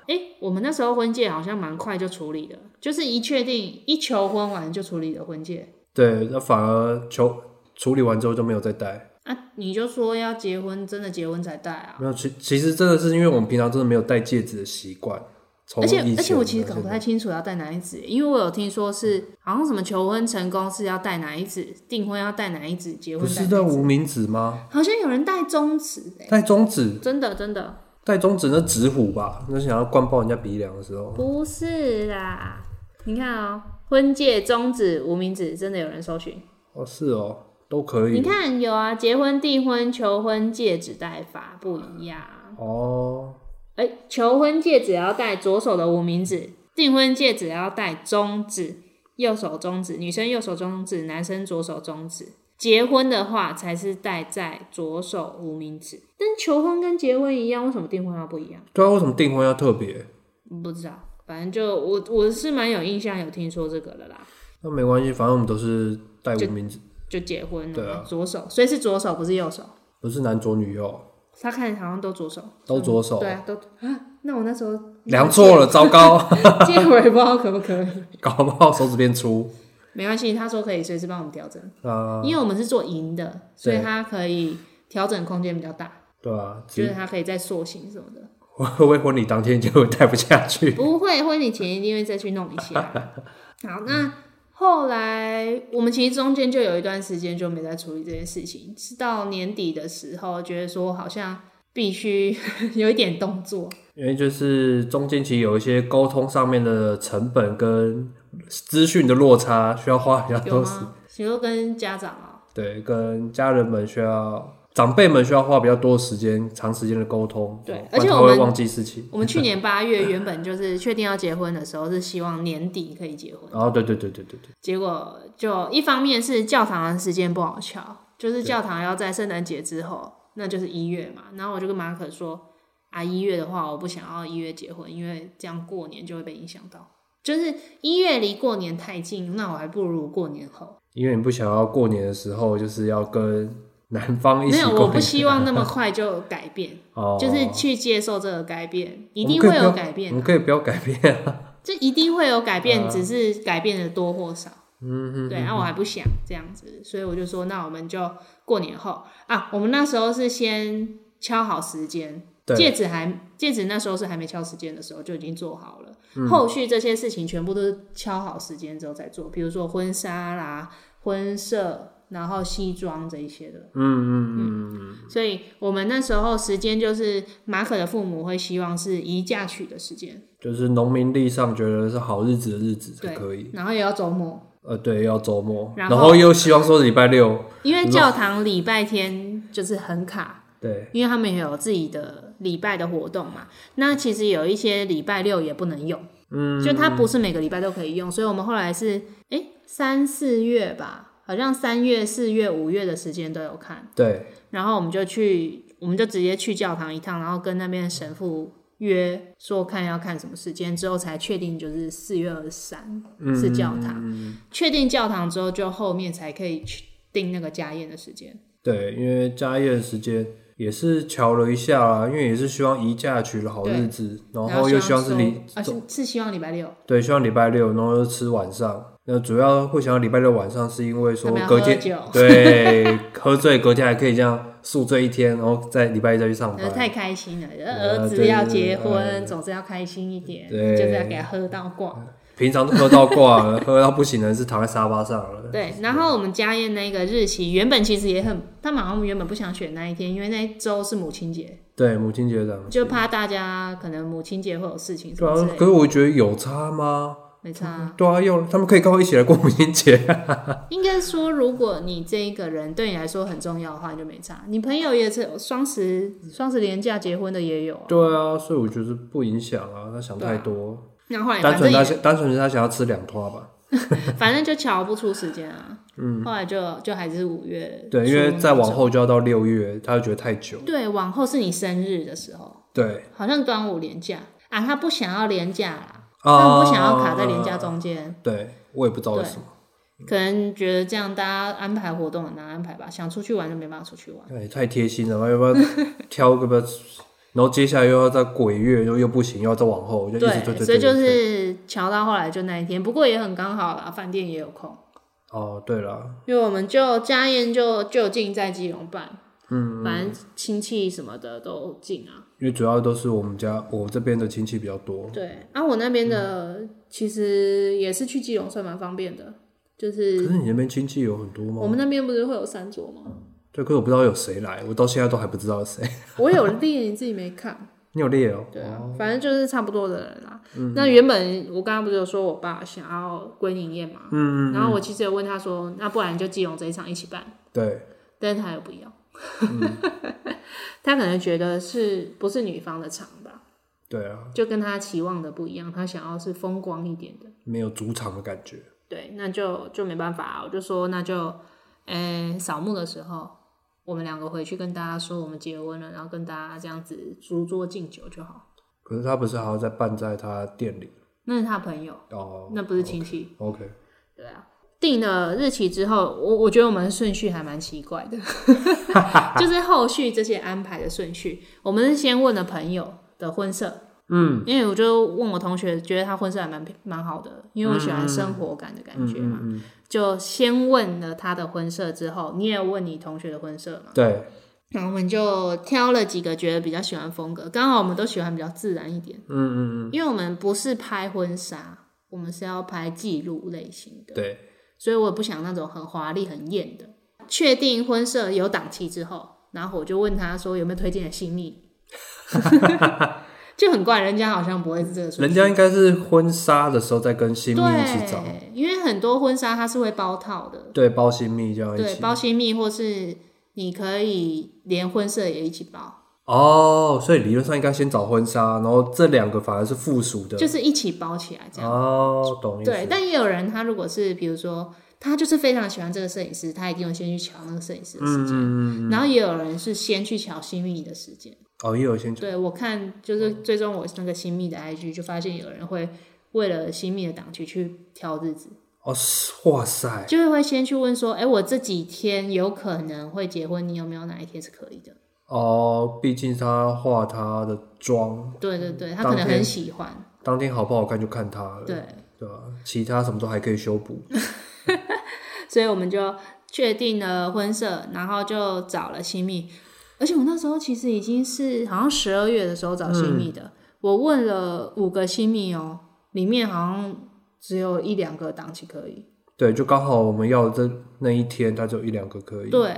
Speaker 1: 哎、我们那时候婚戒好像蛮快就处理的，就是一确定一求婚完就处理的婚戒
Speaker 2: 对，那反而求处理完之后就没有再戴。
Speaker 1: 啊，你就说要结婚，真的结婚才戴啊。
Speaker 2: 没有，其其实真的是因为我们平常真的没有戴戒指的习惯，从
Speaker 1: 而且
Speaker 2: 以
Speaker 1: 而且
Speaker 2: 前
Speaker 1: 我其实
Speaker 2: 到
Speaker 1: 搞不
Speaker 2: 现
Speaker 1: 太
Speaker 2: 在
Speaker 1: 清楚要戴哪一指，因为我有听说是好像什么求婚成功是要戴哪一指，订婚要戴哪一指，结
Speaker 2: 不
Speaker 1: 婚戴
Speaker 2: 是
Speaker 1: 哪
Speaker 2: 戴
Speaker 1: 一指，
Speaker 2: 无名指吗？
Speaker 1: 好像有人戴中指哎、
Speaker 2: 戴中指，
Speaker 1: 真的真的
Speaker 2: 戴中指那指虎吧，那想要灌爆人家鼻梁的时候，
Speaker 1: 不是啦，你看哦、婚戒、中指、无名指，真的有人搜寻。
Speaker 2: 哦是哦，都可
Speaker 1: 你
Speaker 2: 以
Speaker 1: 看有啊，结婚、订婚、求婚戒指戴法不一样。
Speaker 2: 哦。
Speaker 1: 哎、求婚戒指要戴左手的无名指，订婚戒指要戴中指，右手中指，女生右手中指，男生左手中指。结婚的话才是戴在左手无名指，但求婚跟结婚一样，为什么订婚要不一样？
Speaker 2: 对啊，为什么订婚要特别？
Speaker 1: 不知道，反正就我我是蛮有印象，有听说这个的啦。
Speaker 2: 那没关系，反正我们都是戴无名指，
Speaker 1: 就结婚了嘛，
Speaker 2: 对啊
Speaker 1: 左手，所以是左手不是右手。
Speaker 2: 不是男左女右，
Speaker 1: 他看好像都左手，
Speaker 2: 都左手
Speaker 1: 对，啊，都啊。那我那时候
Speaker 2: 量错了，糟糕，
Speaker 1: 借 我也不知道可不可以，
Speaker 2: 搞不好手指变粗
Speaker 1: 没关系，他说可以随时帮我们调整。
Speaker 2: 啊，
Speaker 1: 因为我们是做银的，所以
Speaker 2: 对
Speaker 1: 它可以调整空间比较大，
Speaker 2: 对啊，
Speaker 1: 就
Speaker 2: 只
Speaker 1: 是它可以再塑形什么 的。
Speaker 2: 会不会婚礼当天就会戴不下去？
Speaker 1: 不会，婚礼前一定会再去弄一下。 好，那后来我们其实中间就有一段时间就没再处理这件事情，是到年底的时候，觉得说好像必须 有一点动作。
Speaker 2: 因为就是中间其实有一些沟通上面的成本跟资讯的落差，需要花比较
Speaker 1: 有
Speaker 2: 多时，
Speaker 1: 吗？你说跟家长啊、
Speaker 2: 对，跟家人们需要。长辈们需要花比较多时间、长时间的沟通，
Speaker 1: 对
Speaker 2: 不然
Speaker 1: 而且
Speaker 2: 他
Speaker 1: 我们
Speaker 2: 会忘记事情。
Speaker 1: 我们去年八月原本就是确定要结婚的时候，是希望年底可以结婚。
Speaker 2: 然后，哦对对对对对对，
Speaker 1: 结果就一方面是教堂的时间不好敲，就是教堂要在圣诞节之后，那就是一月嘛。然后我就跟马可说，啊，一月的话我不想要一月结婚，因为这样过年就会被影响到。就是一月离过年太近，那我还不如过年后。
Speaker 2: 因为你不想要过年的时候就是要跟男方哦一
Speaker 1: 没
Speaker 2: 起
Speaker 1: 有，
Speaker 2: 过年，
Speaker 1: 我不希望那么快就改变，
Speaker 2: 哦，
Speaker 1: 就是去接受这个改变，一
Speaker 2: 我们
Speaker 1: 定
Speaker 2: 可以
Speaker 1: 会有
Speaker 2: 不要
Speaker 1: 改
Speaker 2: 我们
Speaker 1: 变，
Speaker 2: 可以不要改变啊。
Speaker 1: 这一定会有改变，只是改变的多或少。嗯对，那、我还不想这样子，所以我就说，那我们就过年后啊。我们那时候是先敲好时间，
Speaker 2: 对，
Speaker 1: 戒指还戒指那时候是还没敲时间的时候就已经做好了，后续这些事情全部都是敲好时间之后再做，比如说婚纱啦、婚摄，然后西装这一些的。
Speaker 2: 嗯嗯嗯，
Speaker 1: 所以我们那时候时间就是马可的父母会希望是宜嫁娶的时间，
Speaker 2: 嗯就是农民历上觉得是好日子的日子才可以。
Speaker 1: 对，然后也要周末，
Speaker 2: 呃，对，要周末，
Speaker 1: 然
Speaker 2: 然
Speaker 1: 后
Speaker 2: 又希望说礼拜六，
Speaker 1: 因为教堂礼拜天就是很卡，
Speaker 2: 对，
Speaker 1: 因为他们也有自己的礼拜的活动嘛。那其实有一些礼拜六也不能用，
Speaker 2: 嗯，
Speaker 1: 就它不是每个礼拜都可以用，所以我们后来是诶三四月吧，好像三月、四月、五月的时间都有看，
Speaker 2: 对，
Speaker 1: 然后我们就去，我们就直接去教堂一趟，然后跟那边的神父。约说看要看什么时间之后才确定，就是四月二十三
Speaker 2: 嗯
Speaker 1: 是教堂。确定教堂之后，就后面才可以去定那个家宴的时间。
Speaker 2: 对，因为家宴时间也是瞧了一下啊啦，因为也是希望宜嫁娶的好日子，然后又希望是礼，
Speaker 1: 收啊，是是希望礼拜六。
Speaker 2: 对，希望礼拜六，然后又吃晚上。那主要会想要礼拜六晚上，是因为说
Speaker 1: 他们要
Speaker 2: 隔
Speaker 1: 喝
Speaker 2: 天啊
Speaker 1: 酒
Speaker 2: 对喝醉，隔天还可以这样宿醉一天，然后在礼拜一再去上
Speaker 1: 呃，
Speaker 2: 班。
Speaker 1: 太开心了，
Speaker 2: 呃
Speaker 1: 儿子
Speaker 2: 对
Speaker 1: 要
Speaker 2: 对
Speaker 1: 结
Speaker 2: 对
Speaker 1: 婚，
Speaker 2: 哎
Speaker 1: 总是要开心一点，
Speaker 2: 对
Speaker 1: 就是要给他喝到挂。
Speaker 2: 平常都喝到挂了，喝到不行的是躺在沙发上了。
Speaker 1: 对，然后我们家宴那个日期原本其实也很，他们好像原本不想选那一天，因为那一周是母亲节，
Speaker 2: 对，母亲节档
Speaker 1: 就怕大家可能母亲节会有事情什
Speaker 2: 对
Speaker 1: 么之
Speaker 2: 啊，
Speaker 1: 类的，
Speaker 2: 可是我觉得有差吗？
Speaker 1: 没差啊。
Speaker 2: 对啊，要他们可以跟我一起来过母亲节。
Speaker 1: 应该说，如果你这一个人对你来说很重要的话，你就没差。你朋友也是有双十双十连假结婚的也有啊，
Speaker 2: 对啊，所以我觉得不影响啊，他想太多。
Speaker 1: 那后来
Speaker 2: 单
Speaker 1: 反正
Speaker 2: 纯他
Speaker 1: 也
Speaker 2: 想，单纯是他想要吃两拖吧。
Speaker 1: 反正就瞧不出时间啊。嗯，后来就就还是五月。
Speaker 2: 对，因为再往。后就要到六月，他就觉得太久。
Speaker 1: 对，往后是你生日的时候，
Speaker 2: 对，
Speaker 1: 好像端午连假啊，他不想要连假啦，他
Speaker 2: 啊，
Speaker 1: 们不想要卡在连假。中间，
Speaker 2: 对，我也不知道为什么。
Speaker 1: 可能觉得这样大家安排活动很难安排吧，想出去玩就没办法出去玩。
Speaker 2: 哎，太贴心了吧？要不要挑个不要？然后接下来又要在鬼月又又不行，又要再往后，就一直对对。
Speaker 1: 所以就
Speaker 2: 对对
Speaker 1: 是瞧到后来就那一天，不过也很刚好啦，饭店也有空，
Speaker 2: 哦，对了，
Speaker 1: 因为我们就家宴就就近在基隆办，嗯，反正亲戚什么的都近啊。
Speaker 2: 因为主要都是我们家我这边的亲戚比较多。
Speaker 1: 对，啊，我那边的其实也是去基隆算蛮方便的，就
Speaker 2: 可
Speaker 1: 是
Speaker 2: 是你那边亲戚有很多吗？
Speaker 1: 我们那边不是会有三桌吗？
Speaker 2: 对，可是我不知道有谁来，我到现在都还不知道有谁。
Speaker 1: 我有列，你自己没看。
Speaker 2: 你有列哦？
Speaker 1: 对啊，反正就是差不多的人啦。那原本我刚刚不是有说我爸想要归宁宴嘛，嗯然后我其实有问他说，那不然就基隆这一场一起办，
Speaker 2: 对，
Speaker 1: 但是他又不要， 他可能觉得是不是女方的场吧，
Speaker 2: 对啊，
Speaker 1: 就跟他期望的不一样，他想要是风光一点的。
Speaker 2: 没有主场的感觉。
Speaker 1: 对，那就就没办法啊，我就说那就，嗯、扫墓的时候，我们两个回去跟大家说我们结婚了，然后跟大家这样子烛桌敬酒就好。
Speaker 2: 可是他不是还要再办在他店里
Speaker 1: 那是他朋友，
Speaker 2: 哦
Speaker 1: 那不是亲戚。
Speaker 2: ？OK，
Speaker 1: 对啊，定了日期之后，我我觉得我们的顺序还蛮奇怪 的，就是后续这些安排的顺序，我们是先问了朋友的婚社，嗯，因为我就问我同学，觉得他婚社还蛮蛮好的，因为我喜欢生活感的感觉嘛，
Speaker 2: 嗯
Speaker 1: 就先问了他的婚社之后，你也问你同学的婚社嘛，
Speaker 2: 对，
Speaker 1: 然后我们就挑了几个觉得比较喜欢的风格，刚好我们都喜欢比较自然一点，
Speaker 2: 嗯嗯
Speaker 1: 因为我们不是拍婚纱。我们是要拍记录类型的
Speaker 2: 嗯，，对，
Speaker 1: 所以我也不想那种很华丽、很艳的。确定婚摄有档期之后，然后我就问他说有没有推荐的新 密，就很怪，人家好像不会是这个顺序
Speaker 2: 人家应该是婚纱的时候再跟新密一起找，
Speaker 1: 对，因为很多婚纱它是会包套的，
Speaker 2: 对，包新密这样一
Speaker 1: 对，
Speaker 2: 起。
Speaker 1: 包新密或是你可以连婚摄也一起包，
Speaker 2: 哦，所以理论上应该先找婚纱，然后这两个反而是附属的。
Speaker 1: 就是一起包起来这样。
Speaker 2: 哦，懂意思。
Speaker 1: 对，但也有人他如果是比如说他就是非常喜欢这个摄影师，他一定会先去瞧那个摄影师的
Speaker 2: 嗯
Speaker 1: 时间，然后也有人是先去瞧新密的时间。
Speaker 2: 哦，也有先
Speaker 1: 对，我看就是
Speaker 2: 嗯
Speaker 1: 追踪我那个新密的 IG，就发现有人会为了新密的档期去挑日子，
Speaker 2: 哦，是哇塞，
Speaker 1: 就是会先去问说，哎、我这几天有可能会结婚，你有没有哪一天是可以的？
Speaker 2: 哦，毕竟他化他的妆，
Speaker 1: 对对对，他
Speaker 2: 当
Speaker 1: 可能
Speaker 2: 天
Speaker 1: 很喜欢，
Speaker 2: 当天好不好看就看他了，
Speaker 1: 对，
Speaker 2: 对吧？其他什么都还可以修补。
Speaker 1: 所以我们就确定了婚摄，然后就找了新密，而且我那时候其实已经是好像十二月的时候找新
Speaker 2: 嗯
Speaker 1: 密的，我问了五个新密哦，里面好像只有一两个档期可以。
Speaker 2: 对，就刚好我们要的这那一天，他只有一两个可以，
Speaker 1: 对，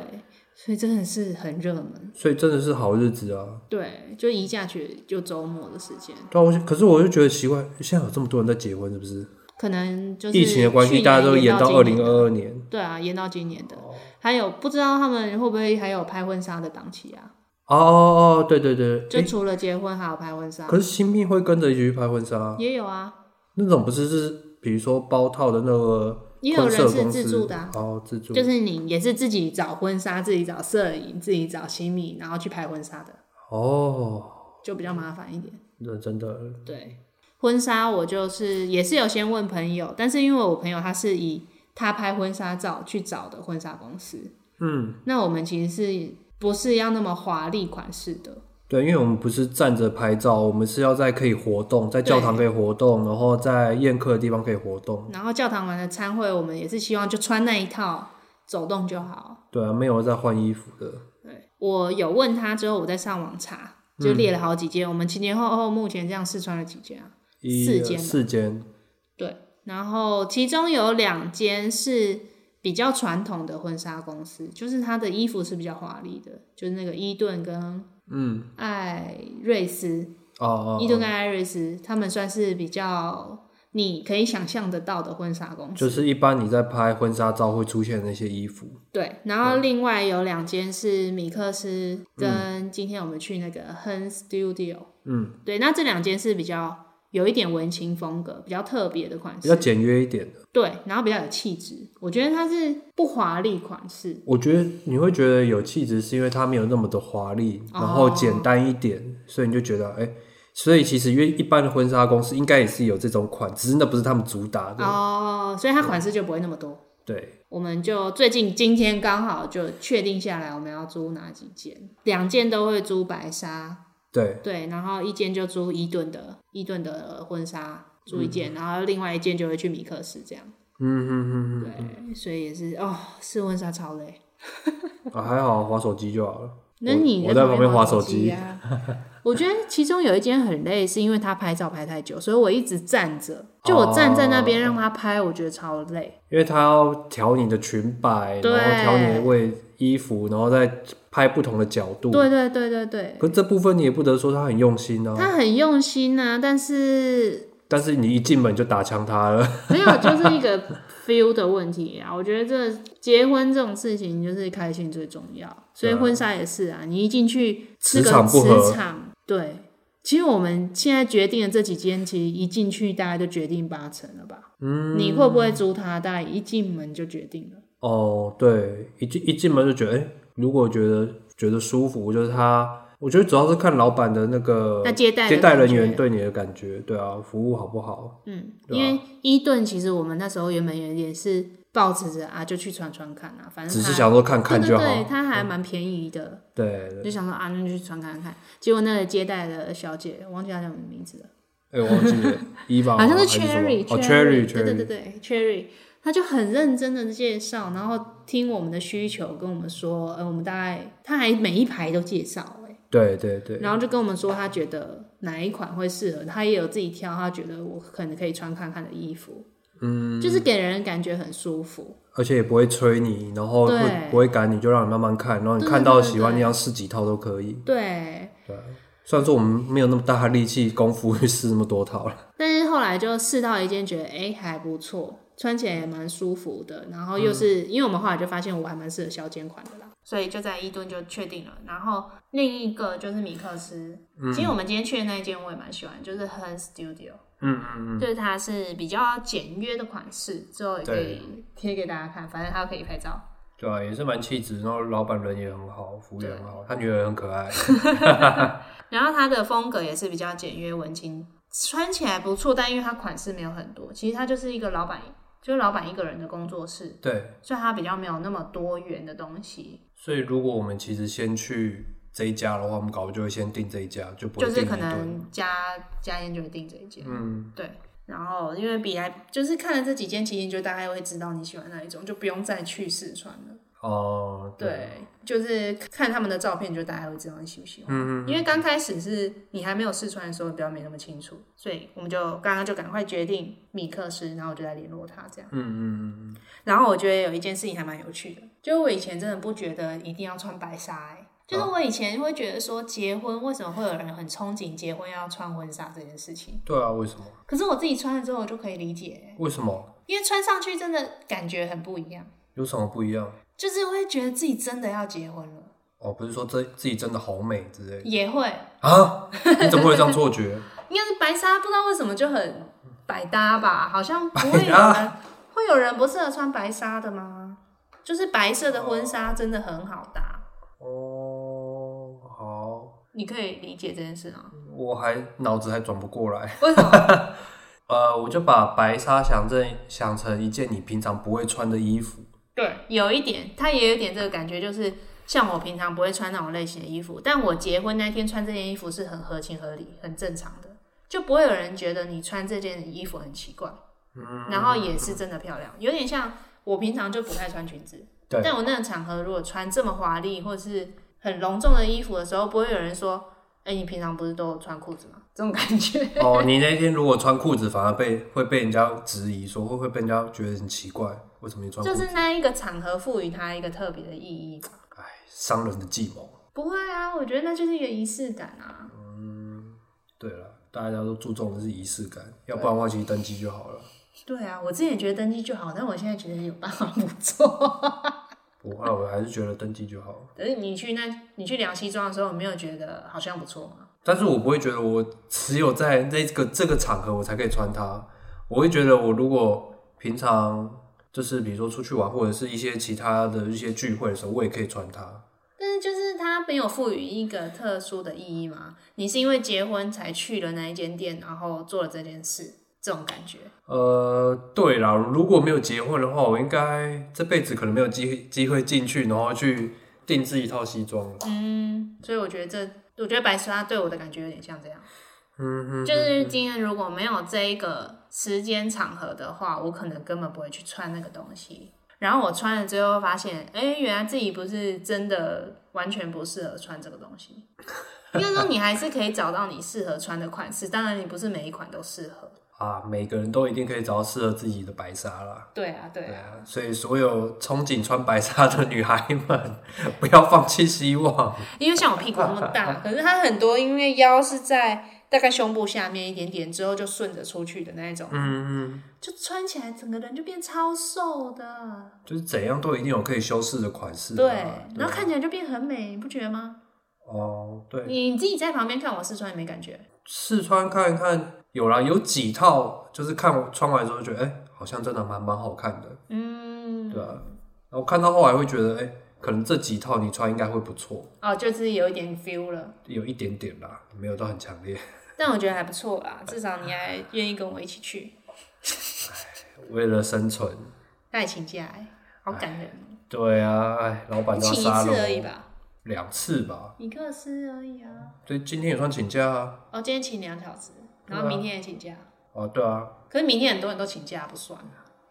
Speaker 1: 所以真的是很热门。
Speaker 2: 所以真的是好日子啊。
Speaker 1: 对，就一假期就周末的时间，
Speaker 2: 但我可是我就觉得奇怪，现在有这么多人在结婚，是不是？
Speaker 1: 可能就是
Speaker 2: 疫情的关
Speaker 1: 去
Speaker 2: 系，
Speaker 1: 年
Speaker 2: 大家都延
Speaker 1: 到
Speaker 2: 到
Speaker 1: 今
Speaker 2: 二
Speaker 1: 年
Speaker 2: 零
Speaker 1: 的。
Speaker 2: 二二年。
Speaker 1: 对啊，延到今年的，还有不知道他们会不会还有拍婚纱的档期啊？
Speaker 2: 哦哦哦，对对对，
Speaker 1: 就啊除了结婚，还有拍婚纱，
Speaker 2: 可是新密会跟着一起去拍婚纱，
Speaker 1: 也有啊，
Speaker 2: 那种不是是比如说包套的那个
Speaker 1: 也有
Speaker 2: 婚社
Speaker 1: 人是
Speaker 2: 公司
Speaker 1: 自助的、啊，
Speaker 2: 哦，自助
Speaker 1: 就是你也是自己找婚纱、自己找摄影、自己找新密，然后去拍婚纱的，
Speaker 2: 哦，
Speaker 1: 就比较麻烦一点。
Speaker 2: 那真的
Speaker 1: 对，婚纱我就是也是有先问朋友，但是因为我朋友他是以他拍婚纱照去找的婚纱公司，嗯，那我们其实是不是要那么华丽款式的？
Speaker 2: 对，因为我们不是站着拍照，我们是要在可以活动，在教堂可以活动，然后在宴客的地方可以活动。
Speaker 1: 然后教堂玩的餐会，我们也是希望就穿那一套走动就好。
Speaker 2: 对啊，没有在换衣服的。
Speaker 1: 对我有问他之后，我再上网查，就列了好几间，我们前前后后目前这样试穿了几间啊？
Speaker 2: 一
Speaker 1: 四间吧
Speaker 2: 四间，
Speaker 1: 对，然后其中有两间是比较传统的婚纱公司，就是它的衣服是比较华丽的，就是那个伊顿跟
Speaker 2: 嗯，
Speaker 1: 艾瑞斯，
Speaker 2: 哦哦
Speaker 1: 伊顿跟艾瑞斯，他们算是比较你可以想象得到的婚纱公
Speaker 2: 哦，
Speaker 1: 司。
Speaker 2: 就是一般你在拍婚纱照会出现的那些衣服。
Speaker 1: 对，然
Speaker 2: 嗯
Speaker 1: 后另外有两间是米克斯跟今天我们去那个亨 Studio，
Speaker 2: 嗯，
Speaker 1: 对，那这两间是比较有一点文青风格，比较特别的款
Speaker 2: 比较
Speaker 1: 式，
Speaker 2: 简约一点的。
Speaker 1: 对，然后比较有气质。我觉得它是不华丽款式，
Speaker 2: 我觉得你会觉得有气质，是因为它没有那么的华丽，然后
Speaker 1: 哦
Speaker 2: 简单一点，所以你就觉得哎、所以其实因为一般的婚纱公司应该也是有这种款，只是那不是他们主打的。
Speaker 1: 哦，所以它款式就不会那么多。
Speaker 2: 啊对，
Speaker 1: 我们就最近今天刚好就确定下来，我们要租哪几件，两件都会租白纱，
Speaker 2: 对，
Speaker 1: 对，然后一件就租伊顿的伊顿的婚纱租一件，然后另外一件就会去米克斯这样，
Speaker 2: 嗯哼哼哼。
Speaker 1: 对，所以也是哦，试婚纱超累。
Speaker 2: 啊，还好，划手机就好了。
Speaker 1: 那
Speaker 2: 我
Speaker 1: 你
Speaker 2: 我在旁边
Speaker 1: 滑
Speaker 2: 划手
Speaker 1: 机
Speaker 2: 机，
Speaker 1: 呀、 我觉得其中有一间很累，是因为他拍照拍太久，所以我一直站着，就我站在那
Speaker 2: 哦
Speaker 1: 边让他拍，我觉得超累。
Speaker 2: 因为他要调你的裙摆，然
Speaker 1: 对
Speaker 2: 后调你的位衣服，然后再拍不同的角度。
Speaker 1: 对对对对对，
Speaker 2: 可是这部分你也不得说他很用心啊，
Speaker 1: 他很用心啊，但是
Speaker 2: 但是你一进门就打枪他了。
Speaker 1: 没有，就是一个 feel 的问题啊。我觉得这结婚这种事情就是开心最重要，所以婚纱也是啊，你一进去
Speaker 2: 磁
Speaker 1: 这个
Speaker 2: 场不合
Speaker 1: 磁场，对。其实我们现在决定的这几间，其实一进去大概就决定八成了吧。
Speaker 2: 嗯，
Speaker 1: 你会不会租他？大概一进门就决定了。
Speaker 2: 哦，对，一进一进门就觉得，哎、如果觉得觉得舒服，就是他，我觉得主要是看老板的那个
Speaker 1: 那接待的
Speaker 2: 呃接待人
Speaker 1: 感觉
Speaker 2: 员对你的感觉，对啊，服务好不好？
Speaker 1: 嗯，
Speaker 2: 对啊
Speaker 1: 因为伊顿其实我们那时候原本也也是抱持着啊，就去穿穿看啊，反正
Speaker 2: 只是
Speaker 1: 它
Speaker 2: 想说看看
Speaker 1: 对
Speaker 2: 就
Speaker 1: 对
Speaker 2: 好。
Speaker 1: 对，它还蛮便宜的，
Speaker 2: 对，
Speaker 1: 就想说啊，那就去穿看看。结果那个接待的小姐，忘记她叫什么名字了，
Speaker 2: 哎、我忘记了，伊 娃
Speaker 1: 好像
Speaker 2: 还
Speaker 1: 是
Speaker 2: 是什么
Speaker 1: Cherry，
Speaker 2: 哦，Cherry，Cherry，
Speaker 1: 对对对对，Cherry，她就很认真的介绍，然后听我们的需求，跟我们说，呃，我们大概，她还每一排都介绍、欸，
Speaker 2: 对对对，
Speaker 1: 然后就跟我们说他觉得哪一款会适合，他也有自己挑他觉得我可能可以穿看看的衣服，嗯，就是给人感觉很舒服，
Speaker 2: 而且也不会催你，然后会
Speaker 1: 对
Speaker 2: 不会赶你，就让你慢慢看，然后你
Speaker 1: 对
Speaker 2: 看
Speaker 1: 对
Speaker 2: 到
Speaker 1: 对
Speaker 2: 喜欢
Speaker 1: 对
Speaker 2: 那样试几套都可以。
Speaker 1: 对。
Speaker 2: 虽然说我们没有那么大的力气功夫去试那么多套了，
Speaker 1: 但是后来就试到一件，觉得哎还不错，穿起来也蛮舒服的，然后
Speaker 2: 嗯
Speaker 1: 又是、因为我们后来就发现我还蛮适合削肩款的啦，所以就在伊顿就确定了。然后另一个就是米克斯，其实我们今天去的那一件我也蛮喜欢，就是很 Studio。
Speaker 2: 嗯嗯
Speaker 1: 就是它是比较简约的款式，之后也可
Speaker 2: 对
Speaker 1: 以贴给大家看，反正它可以拍照。
Speaker 2: 嗯，对啊，也是蛮气质，然后老板人也很好，服务也很好，他女儿也很可爱，
Speaker 1: 然后它的风格也是比较简约文青，穿起来不错，但因为它款式没有很多，其实它就是一个老板，就是老板一个人的工作室，
Speaker 2: 对，
Speaker 1: 所以它比较没有那么多元的东西，
Speaker 2: 所以如果我们其实先去这一家的话，我们搞不就会先订这一家，就不会
Speaker 1: 就
Speaker 2: 订
Speaker 1: 是
Speaker 2: 一
Speaker 1: 可
Speaker 2: 顿，
Speaker 1: 能加加烟就会订这一件，
Speaker 2: 嗯，
Speaker 1: 对。然后因为比来就是看了这几件，其实你就大概会知道你喜欢哪一种，就不用再去试穿了。
Speaker 2: 哦，对，
Speaker 1: 对，就是看他们的照片，就大概会知道你喜不喜欢。
Speaker 2: 嗯
Speaker 1: 因为刚开始是你还没有试穿的时候，你比较没那么清楚，所以我们就刚刚就赶快决定米克斯，然后我就来联络他这样。
Speaker 2: 嗯嗯嗯
Speaker 1: 然后我觉得有一件事情还蛮有趣的，就是我以前真的不觉得一定要穿白纱、欸，就是
Speaker 2: 哦
Speaker 1: 我以前会觉得说结婚为什么会有人很憧憬结婚要穿婚纱这件事情
Speaker 2: 嗯，，对啊，为什么？
Speaker 1: 可是我自己穿了之后我就可以理解欸、
Speaker 2: 为什么？
Speaker 1: 因为穿上去真的感觉很不一样，
Speaker 2: 有什么不一样？
Speaker 1: 就是会觉得自己真的要结婚了，
Speaker 2: 哦，不是说这自己真的好美之类的
Speaker 1: 也会。
Speaker 2: 啊？ 你怎么会有这样错觉？
Speaker 1: 应该是白纱，不知道为什么就很百搭吧，好像 不会有
Speaker 2: 百搭
Speaker 1: 人会有人不适合穿白纱的吗？就是白色的婚纱真的很好搭，
Speaker 2: 哦，好，
Speaker 1: 你可以理解这件事 吗？
Speaker 2: 我还脑子还转不过来。
Speaker 1: 为什么？
Speaker 2: 呃，我就把白纱想成想成一件你平常不会穿的衣服。
Speaker 1: 对，有一点，它也有一点这个感觉，就是像我平常不会穿那种类型的衣服，但我结婚那天穿这件衣服是很合情合理、很正常的，就不会有人觉得你穿这件衣服很奇怪。
Speaker 2: 嗯，
Speaker 1: 然后也是真的漂亮，有点像我平常就不太穿裙子，
Speaker 2: 对
Speaker 1: 但我那个场合如果穿这么华丽或是很隆重的衣服的时候，不会有人说，哎、你平常不是都有穿裤子吗？这种感觉，
Speaker 2: 哦，你那天如果穿裤子，反而被会被人家质疑说，会不会被人家觉得很奇怪？为什么你穿裤
Speaker 1: 就
Speaker 2: 子？
Speaker 1: 是那一个场合赋予它一个特别的意义吧。
Speaker 2: 哎，商人的计谋。
Speaker 1: 不会啊，我觉得那就是一个仪式感啊。
Speaker 2: 对了，大家都注重的是仪式感，要不然的话，其实登机就好了。
Speaker 1: 对啊，我之前也觉得登记就好，但我现在觉得有办法不 做。
Speaker 2: 不会，我还是觉得登机就好了。
Speaker 1: 可是你去那，你去量西装的时候，有没有觉得好像不错吗？
Speaker 2: 但是我不会觉得我只有在这个这个场合我才可以穿它，我会觉得我如果平常就是比如说出去玩或者是一些其他的一些聚会的时候，我也可以穿它。
Speaker 1: 但是就是它没有赋予一个特殊的意义嘛？你是因为结婚才去了那一间店，然后做了这件事，这种感觉。
Speaker 2: 呃，对啦，如果没有结婚的话，我应该这辈子可能没有机机会进去，然后去定制一套西装了。
Speaker 1: 嗯，所以我觉得这，我觉得白石他对我的感觉有点像这样，
Speaker 2: 嗯哼，
Speaker 1: 就是今天如果没有这一个时间场合的话，我可能根本不会去穿那个东西。然后我穿了之后发现，哎、原来自己不是真的完全不适合穿这个东西。应该说你还是可以找到你适合穿的款式，当然你不是每一款都适合。
Speaker 2: 啊，每个人都一定可以找到适合自己的白纱啦。
Speaker 1: 对啊，对
Speaker 2: 对
Speaker 1: 啊，
Speaker 2: 啊，所以所有憧憬穿白纱的女孩们，不要放弃希望。
Speaker 1: 因为像我屁股那么大， 可是它很多，因为腰是在大概胸部下面一点点之后就顺着出去的那一种，
Speaker 2: 嗯嗯，
Speaker 1: 就穿起来整个人就变超瘦的，
Speaker 2: 就是怎样都一定有可以修饰的款式啊。
Speaker 1: 对，然
Speaker 2: 对
Speaker 1: 后看起来就变很美，你不觉得吗？
Speaker 2: 哦，对，
Speaker 1: 你自己在旁边看我试穿也没感觉，
Speaker 2: 试穿看一看，有啦，有几套就是看我穿完之后就觉得，哎、好像真的蛮蛮好看的，
Speaker 1: 嗯，
Speaker 2: 对啊。然后看到后来会觉得，哎、可能这几套你穿应该会不错，
Speaker 1: 哦，就是有一点 feel 了，
Speaker 2: 有一点点啦，没有到很强烈。
Speaker 1: 但我觉得还不错啦，至少你还愿意跟我一起去，
Speaker 2: 为了生存，
Speaker 1: 那你请假、欸，好感人哦，
Speaker 2: 对啊，哎，老板
Speaker 1: 你
Speaker 2: 都要
Speaker 1: 请一
Speaker 2: 杀了
Speaker 1: 次而已
Speaker 2: 我
Speaker 1: 吧，
Speaker 2: 两次吧。
Speaker 1: 一个师而已啊，
Speaker 2: 对，今天也算请假啊。
Speaker 1: 哦，今天请两小时，然
Speaker 2: 对
Speaker 1: 后
Speaker 2: 啊
Speaker 1: 明天也请假。
Speaker 2: 哦，对啊，
Speaker 1: 可是明天很多人都请假不算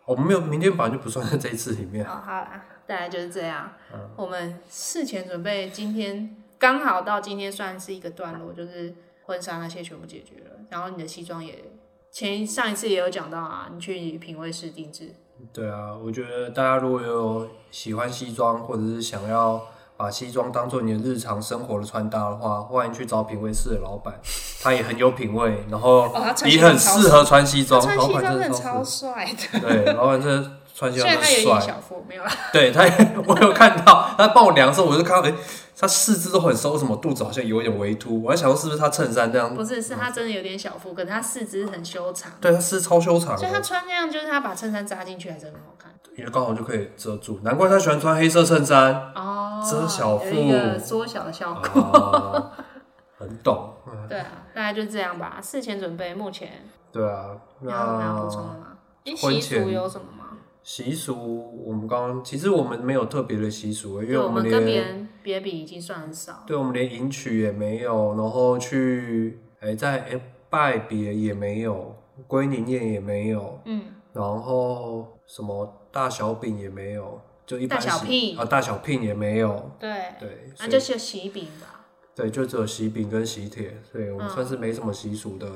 Speaker 2: 我们没有，明天本来就不算在这一次里面。
Speaker 1: 哦，好啦，大概就是这样。
Speaker 2: 嗯
Speaker 1: 我们事前准备，今天刚好到今天算是一个段落，就是婚纱那些全部解决了，然后你的西装也前上一次也有讲到啊，你去品味室定制，
Speaker 2: 对啊，我觉得大家如果有喜欢西装，或者是想要把西装当做你的日常生活的穿搭的话，欢迎去找品味室的老板，他也很有品味，然后
Speaker 1: 哦他穿西
Speaker 2: 也
Speaker 1: 装
Speaker 2: 很适合穿西装。
Speaker 1: 他穿
Speaker 2: 老
Speaker 1: 西
Speaker 2: 板
Speaker 1: 装
Speaker 2: 真
Speaker 1: 很
Speaker 2: 的
Speaker 1: 超
Speaker 2: 超
Speaker 1: 帅的，
Speaker 2: 帅，对，老板真的穿西
Speaker 1: 虽
Speaker 2: 装
Speaker 1: 然
Speaker 2: 很
Speaker 1: 他有一点
Speaker 2: 帅。
Speaker 1: 小腹，没有啦，
Speaker 2: 对他也，我有看到他帮我量的时候，我就看到，哎、他四肢都很瘦，为什么肚子好像有一点微凸？我还想说是不是他衬衫这样？
Speaker 1: 不是，是
Speaker 2: 嗯
Speaker 1: 他真的有点小腹，可是他四肢很修长，
Speaker 2: 对，他四肢超修长的。
Speaker 1: 所以他穿那样就是他把衬衫扎进去还真很好看
Speaker 2: 因为刚好就可以遮住，难怪他喜欢穿黑色衬衫
Speaker 1: 哦，
Speaker 2: 遮小腹
Speaker 1: 有一个缩小的效果。
Speaker 2: 啊，很懂，嗯
Speaker 1: 对啊，大概就这样吧。事前准备，目前
Speaker 2: 对啊。
Speaker 1: 你要有没有要补充
Speaker 2: 那
Speaker 1: 的吗？你
Speaker 2: 婚
Speaker 1: 习
Speaker 2: 前
Speaker 1: 俗有什么吗？
Speaker 2: 习俗我们刚刚其实我们没有特别的习俗，因
Speaker 1: 对，
Speaker 2: 为
Speaker 1: 我
Speaker 2: 们
Speaker 1: 跟别
Speaker 2: 连
Speaker 1: 人别比已经算很少。
Speaker 2: 对我们连迎娶也没有，然后去哎在哎拜别也没有，归宁宴也没有，
Speaker 1: 嗯，
Speaker 2: 然后什么大小饼也没有，就一般
Speaker 1: 大小
Speaker 2: 喜
Speaker 1: 聘
Speaker 2: 啊大小聘也没有，
Speaker 1: 对，
Speaker 2: 对，
Speaker 1: 那
Speaker 2: 所以
Speaker 1: 就是有喜饼吧。
Speaker 2: 对就只有喜饼跟喜帖，所以我
Speaker 1: 嗯
Speaker 2: 们算是没什么习俗的。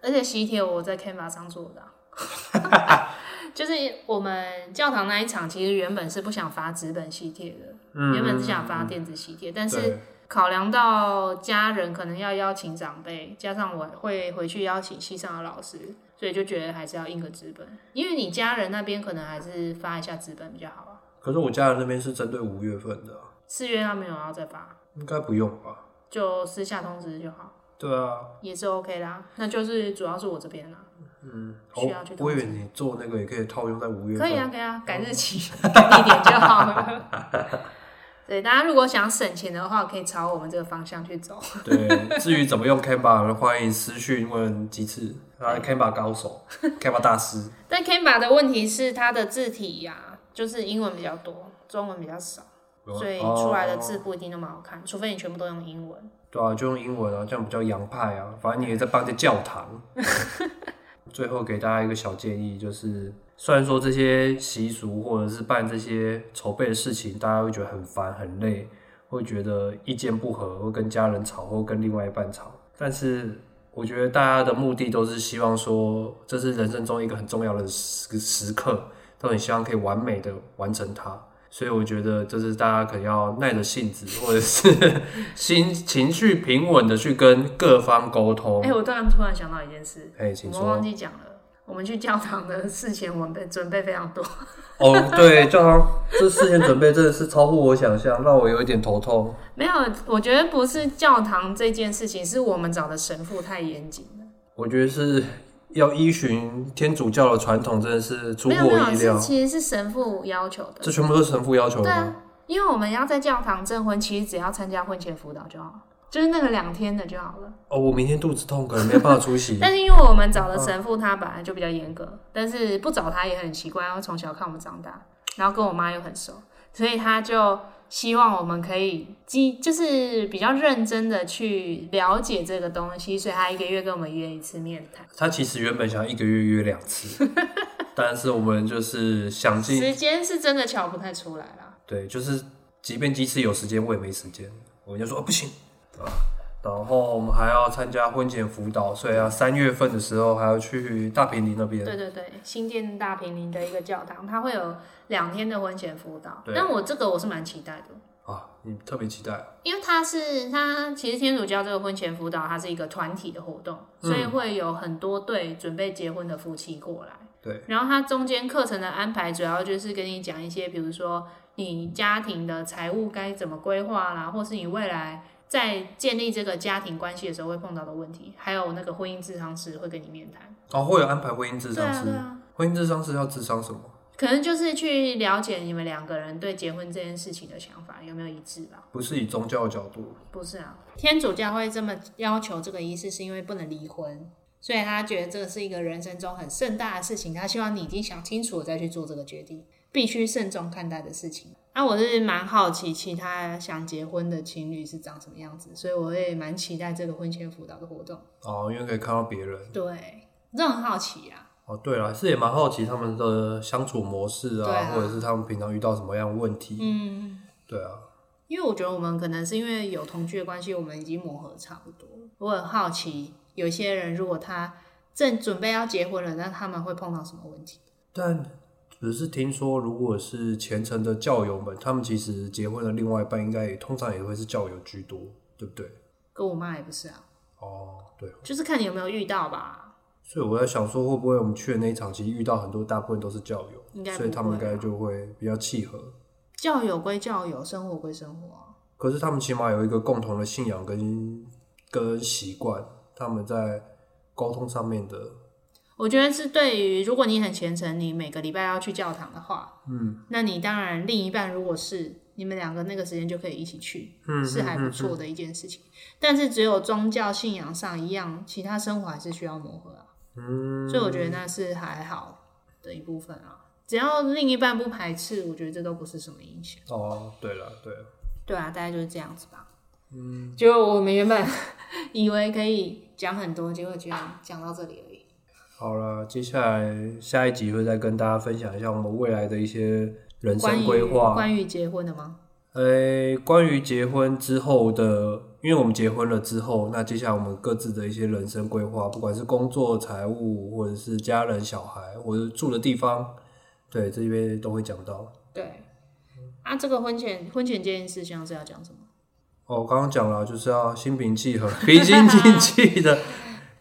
Speaker 1: 而且喜帖我在 Canva 上做的啊、啊 就是我们教堂那一场，其实原本是不想发纸本喜帖的，
Speaker 2: 嗯
Speaker 1: 原本是想发电子喜帖，但是
Speaker 2: 对
Speaker 1: 考量到家人可能要邀请长辈，加上我会回去邀请系上的老师，所以就觉得还是要印个纸本，因为你家人那边可能还是发一下纸本比较好啊。
Speaker 2: 可是我家人那边是针对五月份的，啊
Speaker 1: 四月他没有要再发，
Speaker 2: 应该不用吧？
Speaker 1: 就私下通知就好，
Speaker 2: 对啊，
Speaker 1: 也是 OK 啦。那就是主要是我这边啊啦，
Speaker 2: 嗯，
Speaker 1: 需要去
Speaker 2: 我以为你做那个也可以套用在五月
Speaker 1: 可
Speaker 2: 份。
Speaker 1: 以啊，可以啊，改日期改地点就好了。 对，大家如果想省钱的话，可以朝我们这个方向去走。
Speaker 2: 对，至于怎么用 Canva，欢迎私讯问鸡翅，他是 Canva 高手，Canva 大师。
Speaker 1: 但 Canva 的问题是它的字体呀、就是英文比较多，中文比较少，
Speaker 2: 啊
Speaker 1: 所以出来的字
Speaker 2: 哦
Speaker 1: 不一定那么好看，除非你全部都用英文。
Speaker 2: 对啊，就用英文啊，这样比较洋派啊。反正你也在帮着教堂。最后给大家一个小建议，就是虽然说这些习俗或者是办这些筹备的事情，大家会觉得很烦很累，会觉得意见不合，会跟家人吵，或跟另外一半吵，但是。我觉得大家的目的都是希望说，这是人生中一个很重要的时时刻，都很希望可以完美的完成它。所以我觉得，就是大家可能要耐着性子，或者是心情绪平稳的去跟各方沟通
Speaker 1: 哎、。我突然突然想到一件事，
Speaker 2: 哦哎、请
Speaker 1: 哎我们忘
Speaker 2: 说。
Speaker 1: 记讲了，我们去教堂的事前，我们准备非常多。
Speaker 2: 哦，对，教堂这事前准备真的是超乎我想象，让我有一点头痛。
Speaker 1: 没有，我觉得不是教堂这件事情，是我们找的神父太严谨了。
Speaker 2: 我觉得是要依循天主教的传统，真的是出
Speaker 1: 没
Speaker 2: 乎
Speaker 1: 有没
Speaker 2: 我
Speaker 1: 有，
Speaker 2: 意
Speaker 1: 是
Speaker 2: 料。
Speaker 1: 其实是神父要求的。
Speaker 2: 这全部都是神父要求的
Speaker 1: 对
Speaker 2: 吗
Speaker 1: 啊？，因为我们要在教堂证婚，其实只要参加婚前辅导就好了，就是那个两天的就好了。
Speaker 2: 哦，我明天肚子痛，可能没有办法出席。
Speaker 1: 但是因为我们
Speaker 2: 嗯
Speaker 1: 找的神父他本来就比较严格，但是不找他也很奇怪，因为从小看我们长大，然后跟我妈又很熟，所以他就希望我们可以积，就是比较认真的去了解这个东西，所以他一个月跟我们约一次面谈，
Speaker 2: 他其实原本想一个月约两 次，但是我们就是想尽
Speaker 1: 时间是真的瞧不太出来啦。
Speaker 2: 对，就是即便即使有时间，我也没时间。我们就说、哦、不行啊，然后我们还要参加婚前辅导，所以啊，三月份的时候还要去大平林那边。
Speaker 1: 对对对，新店大平林的一个教堂，它会有两天的婚前辅导，
Speaker 2: 对
Speaker 1: 但我这个我是蛮期待的。
Speaker 2: 啊，你特别期待
Speaker 1: 因为它是它其实天主教这个婚前辅导，它是一个团体的活动，所以会有很多对准备结婚的夫妻过来。
Speaker 2: 对，
Speaker 1: 然后它中间课程的安排，主要就是跟你讲一些，比如说你家庭的财务该怎么规划啦，或是你未来在建立这个家庭关系的时候会碰到的问题，还有那个婚姻智商师会跟你面谈。
Speaker 2: 哦，会有安排婚姻智
Speaker 1: 对
Speaker 2: 商
Speaker 1: 啊，
Speaker 2: 师，
Speaker 1: 对啊。
Speaker 2: 婚姻智商师要智商什么？
Speaker 1: 可能就是去了解你们两个人对结婚这件事情的想法有没有一致吧。
Speaker 2: 不是以宗教的角度，
Speaker 1: 不是啊，天主教会这么要求这个仪式，是因为不能离婚，所以他觉得这个是一个人生中很盛大的事情，他希望你已经想清楚了再去做这个决定，必须慎重看待的事情。那、我是蛮好奇其他想结婚的情侣是长什么样子，所以我会蛮期待这个婚前辅导的活动。
Speaker 2: 哦，因为可以看到别人。
Speaker 1: 对，这很好奇啊。
Speaker 2: 哦，对了，是也蛮好奇他们的相处模式啊，
Speaker 1: 对啊
Speaker 2: 或者是他们平常遇到什么样的问题。
Speaker 1: 嗯，
Speaker 2: 对啊，
Speaker 1: 因为我觉得我们可能是因为有同居的关系，我们已经磨合差不多了。我很好奇，有些人如果他正准备要结婚了，那他们会碰到什么问题？
Speaker 2: 但只是听说，如果是虔诚的教友们，他们其实结婚的另外一半应该也通常也会是教友居多，对不对？
Speaker 1: 跟我妈也不是啊，
Speaker 2: 哦，对，
Speaker 1: 就是看你有没有遇到吧。
Speaker 2: 所以我在想说，会不会我们去的那一场，其实遇到很多大部分都是教友，
Speaker 1: 应该不会啊
Speaker 2: 所以他们应该就会比较契合。
Speaker 1: 教友归教友，生活归生活啊、
Speaker 2: 可是他们起码有一个共同的信仰跟跟习惯，他们在沟通上面的，
Speaker 1: 我觉得是对于如果你很虔诚，你每个礼拜要去教堂的话，
Speaker 2: 嗯，
Speaker 1: 那你当然另一半如果是你们两个那个时间就可以一起去，
Speaker 2: 嗯
Speaker 1: 是还不错的一件事情。但是只有宗教信仰上一样，其他生活还是需要磨合啊。
Speaker 2: 嗯，
Speaker 1: 所以我觉得那是还好的一部分啊。只要另一半不排斥，我觉得这都不是什么影响。
Speaker 2: 哦，对了，对了，
Speaker 1: 对啊，大概就是这样子吧。嗯， 就我们原本以为可以讲很多，结果居然讲到这里而已。
Speaker 2: 好了，接下来下一集会再跟大家分享一下我们未来的一些人
Speaker 1: 关
Speaker 2: 生
Speaker 1: 于
Speaker 2: 规划，
Speaker 1: 关于结婚的吗？
Speaker 2: 呃，关于结婚之后的，因为我们结婚了之后，那接下来我们各自的一些人生规划，不管是工作、财务，或者是家人、小孩，或者是住的地方，对这边都会讲到。
Speaker 1: 对。啊，这个婚前婚前这件事情是要讲什么？
Speaker 2: 哦，我刚刚讲了，就是要心平气和、平心 静气的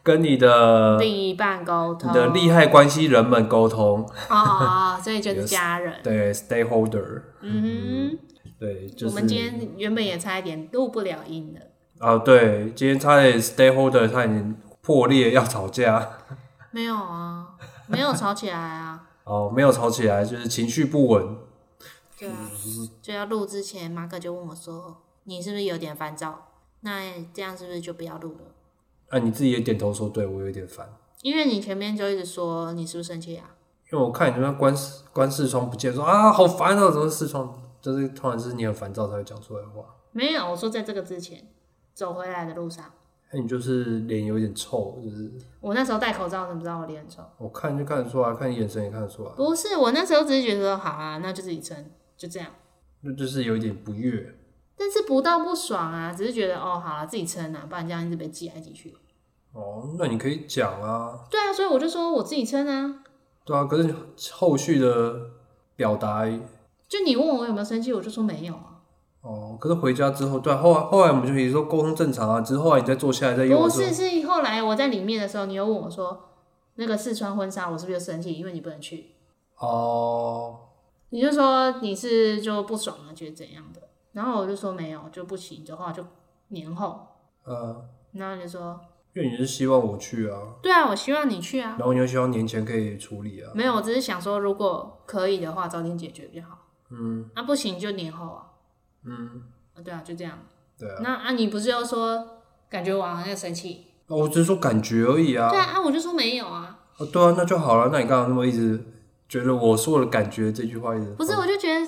Speaker 2: 跟你的
Speaker 1: 另一半沟
Speaker 2: 呃你
Speaker 1: 通。
Speaker 2: 的利害关系人们沟通，
Speaker 1: 哦哦哦，所以 就是家人。
Speaker 2: 对 stakeholder，
Speaker 1: 嗯哼，
Speaker 2: 对，就
Speaker 1: 我们今
Speaker 2: 是
Speaker 1: 天原本也差一点录不了音了。
Speaker 2: 啊，对，今天差点 stakeholder 差点破裂要吵架。
Speaker 1: 没有啊，没有吵起来啊。
Speaker 2: 哦，没有吵起来，就是情绪不稳。
Speaker 1: 对啊，就要录之前，马可就问我说：“你是不是有点烦躁？那这样是不是就不要录了？
Speaker 2: 啊，你自己也点头说，对我有点烦，
Speaker 1: 因为你前面就一直说你是不是生气啊？
Speaker 2: 因为我看你那边关视关视窗不见，说啊好烦哦、怎么视窗？就是通常是你很烦躁才会讲出来的话。
Speaker 1: 没有，我说在这个之前走回来的路上，
Speaker 2: 那你就是脸有点臭，就是
Speaker 1: 我那时候戴口罩，怎么知道我脸很臭？
Speaker 2: 我看就看得出来，看你眼神也看得出来，
Speaker 1: 不是，我那时候只是觉得说好啊，那就自己撑，就这样。
Speaker 2: 那就是有一点不悦。
Speaker 1: 但是不到不爽啊，只是觉得哦，好了、自己撑啊，不然这样一直被挤来挤去。
Speaker 2: 哦，那你可以讲啊，
Speaker 1: 对啊，所以我就说我自己撑啊。
Speaker 2: 对啊。可是后续的表达，
Speaker 1: 就你问我有没有生气，我就说没有啊。
Speaker 2: 哦，可是回家之后，对啊、后来后来我们就可以说沟通正常啊，只是后来你再坐下来再用
Speaker 1: 不
Speaker 2: 的时候，
Speaker 1: 是，是后来我在里面的时候，你又问我说：“那个试穿婚纱，我是不是就生气？因为你不能去，
Speaker 2: 哦，
Speaker 1: 你就说你是就不爽啊，觉得怎样的？然后我就说没有，就不行的话就年后。
Speaker 2: 呃，
Speaker 1: 然后你就说
Speaker 2: 因为你是希望我去啊，
Speaker 1: 对啊，我希望你去啊
Speaker 2: 然。后你又希望年前可以处理啊，
Speaker 1: 没有，我只是想说，如果可以的话，早点解决比较好。
Speaker 2: 嗯
Speaker 1: 那、不行就年后啊。
Speaker 2: 嗯，
Speaker 1: 啊对啊，就这样。
Speaker 2: 对啊，
Speaker 1: 那啊，你不是又说感觉我好像在生气？
Speaker 2: 哦我只是说感觉而已啊，
Speaker 1: 对啊，啊，我就说没有啊。
Speaker 2: 哦对啊，那就好了，那你干嘛那么一直觉得我说我的感觉这句话一直
Speaker 1: 不是，我就觉得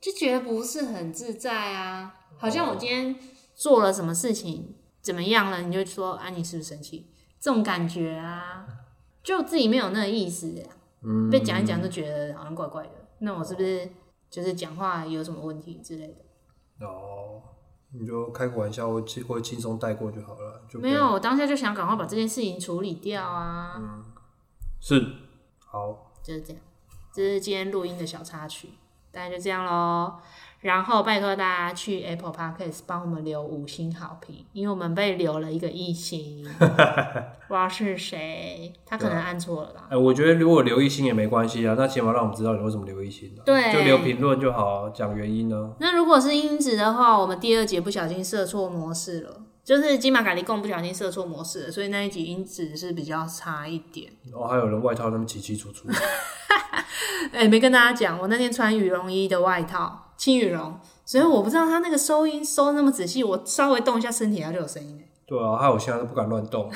Speaker 1: 就觉得不是很自在啊，好
Speaker 2: 哦
Speaker 1: 像我今天做了什么事情怎么样了，你就说啊，你是不是生气？这种感觉啊，就自己没有那个意思、啊，
Speaker 2: 嗯
Speaker 1: 被讲一讲就觉得好像怪怪的。那我是不是就是讲话有什么问题之类的？
Speaker 2: 哦，你就开个玩笑，我轻我轻松带过就好了，就不
Speaker 1: 没
Speaker 2: 要
Speaker 1: 有，我当下就想赶快把这件事情处理掉啊，
Speaker 2: 是好，
Speaker 1: 就是这样。这是今天录音的小插曲，大概就这样喽。然后拜托大家去 Apple Podcast 帮我们留五星好评，因为我们被留了一个一星，不知道是谁，他可能按错了啦。
Speaker 2: 哎、我觉得如果留一星也没关系啊，那起码让我们知道你为什么留一星啊，
Speaker 1: 对
Speaker 2: 就留评论就好、啊，讲原因呢、
Speaker 1: 那如果是音质的话，我们第二节不小心设错模式了，就是金马咖喱贡不小心设错模式了，所以那一集音质是比较差一点。
Speaker 2: 然哦后还有人外套那么起起 楚楚，
Speaker 1: 哎、没跟大家讲，我那天穿羽绒衣的外套，轻羽绒，所以我不知道它那个收音收那么仔细，我稍微动一下身体，它就有声音了。
Speaker 2: 对啊，还有我现在都不敢乱动，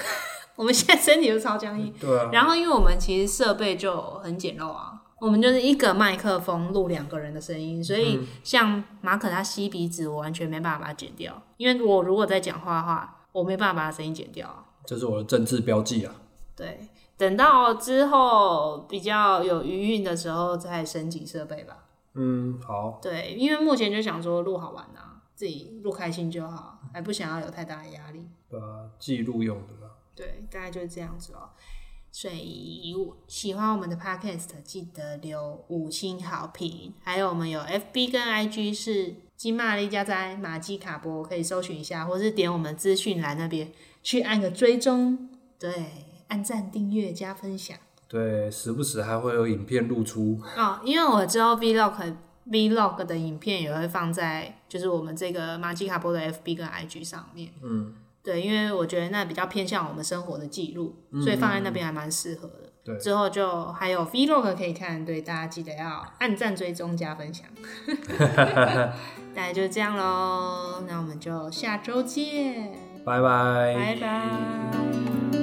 Speaker 1: 我们现在身体就超僵硬，
Speaker 2: 对啊，
Speaker 1: 然后因为我们其实设备就很简陋啊，我们就是一个麦克风录两个人的声音，所
Speaker 2: 嗯
Speaker 1: 以像马可他吸鼻子，我完全没办法把它剪掉，因为我如果在讲话的话，我没办法把他声音剪掉啊。
Speaker 2: 这是我的政治标记啊，
Speaker 1: 对，等到之后比较有余韵的时候再升级设备吧。
Speaker 2: 嗯，好，
Speaker 1: 对，因为目前就想说录好玩啊，自己录开心就好，还不想要有太大的压力。
Speaker 2: 对啊，记录用的啦，
Speaker 1: 对，大概就是这样子哦。所以喜欢我们的 podcast，记得留五星好评。还有我们有 FB 跟 IG 是金玛丽加哉马基卡波，可以搜寻一下，或是点我们资讯栏那边去按个追踪，对，按赞、订阅、加分享。
Speaker 2: 对，时不时还会有影片露出，
Speaker 1: 哦，因为我之后 vlog vlog 的影片也会放在就是我们这个马吉卡波的 FB 跟 IG 上面。
Speaker 2: 嗯，
Speaker 1: 对，因为我觉得那比较偏向我们生活的记录，所以放在那边还蛮适合的。
Speaker 2: 对
Speaker 1: 之后就还有 vlog 可以看，对大家记得要按赞、追踪、加分享。 大概就这样喽，那我们就下周见，
Speaker 2: 拜
Speaker 1: 拜
Speaker 2: 拜，
Speaker 1: 拜。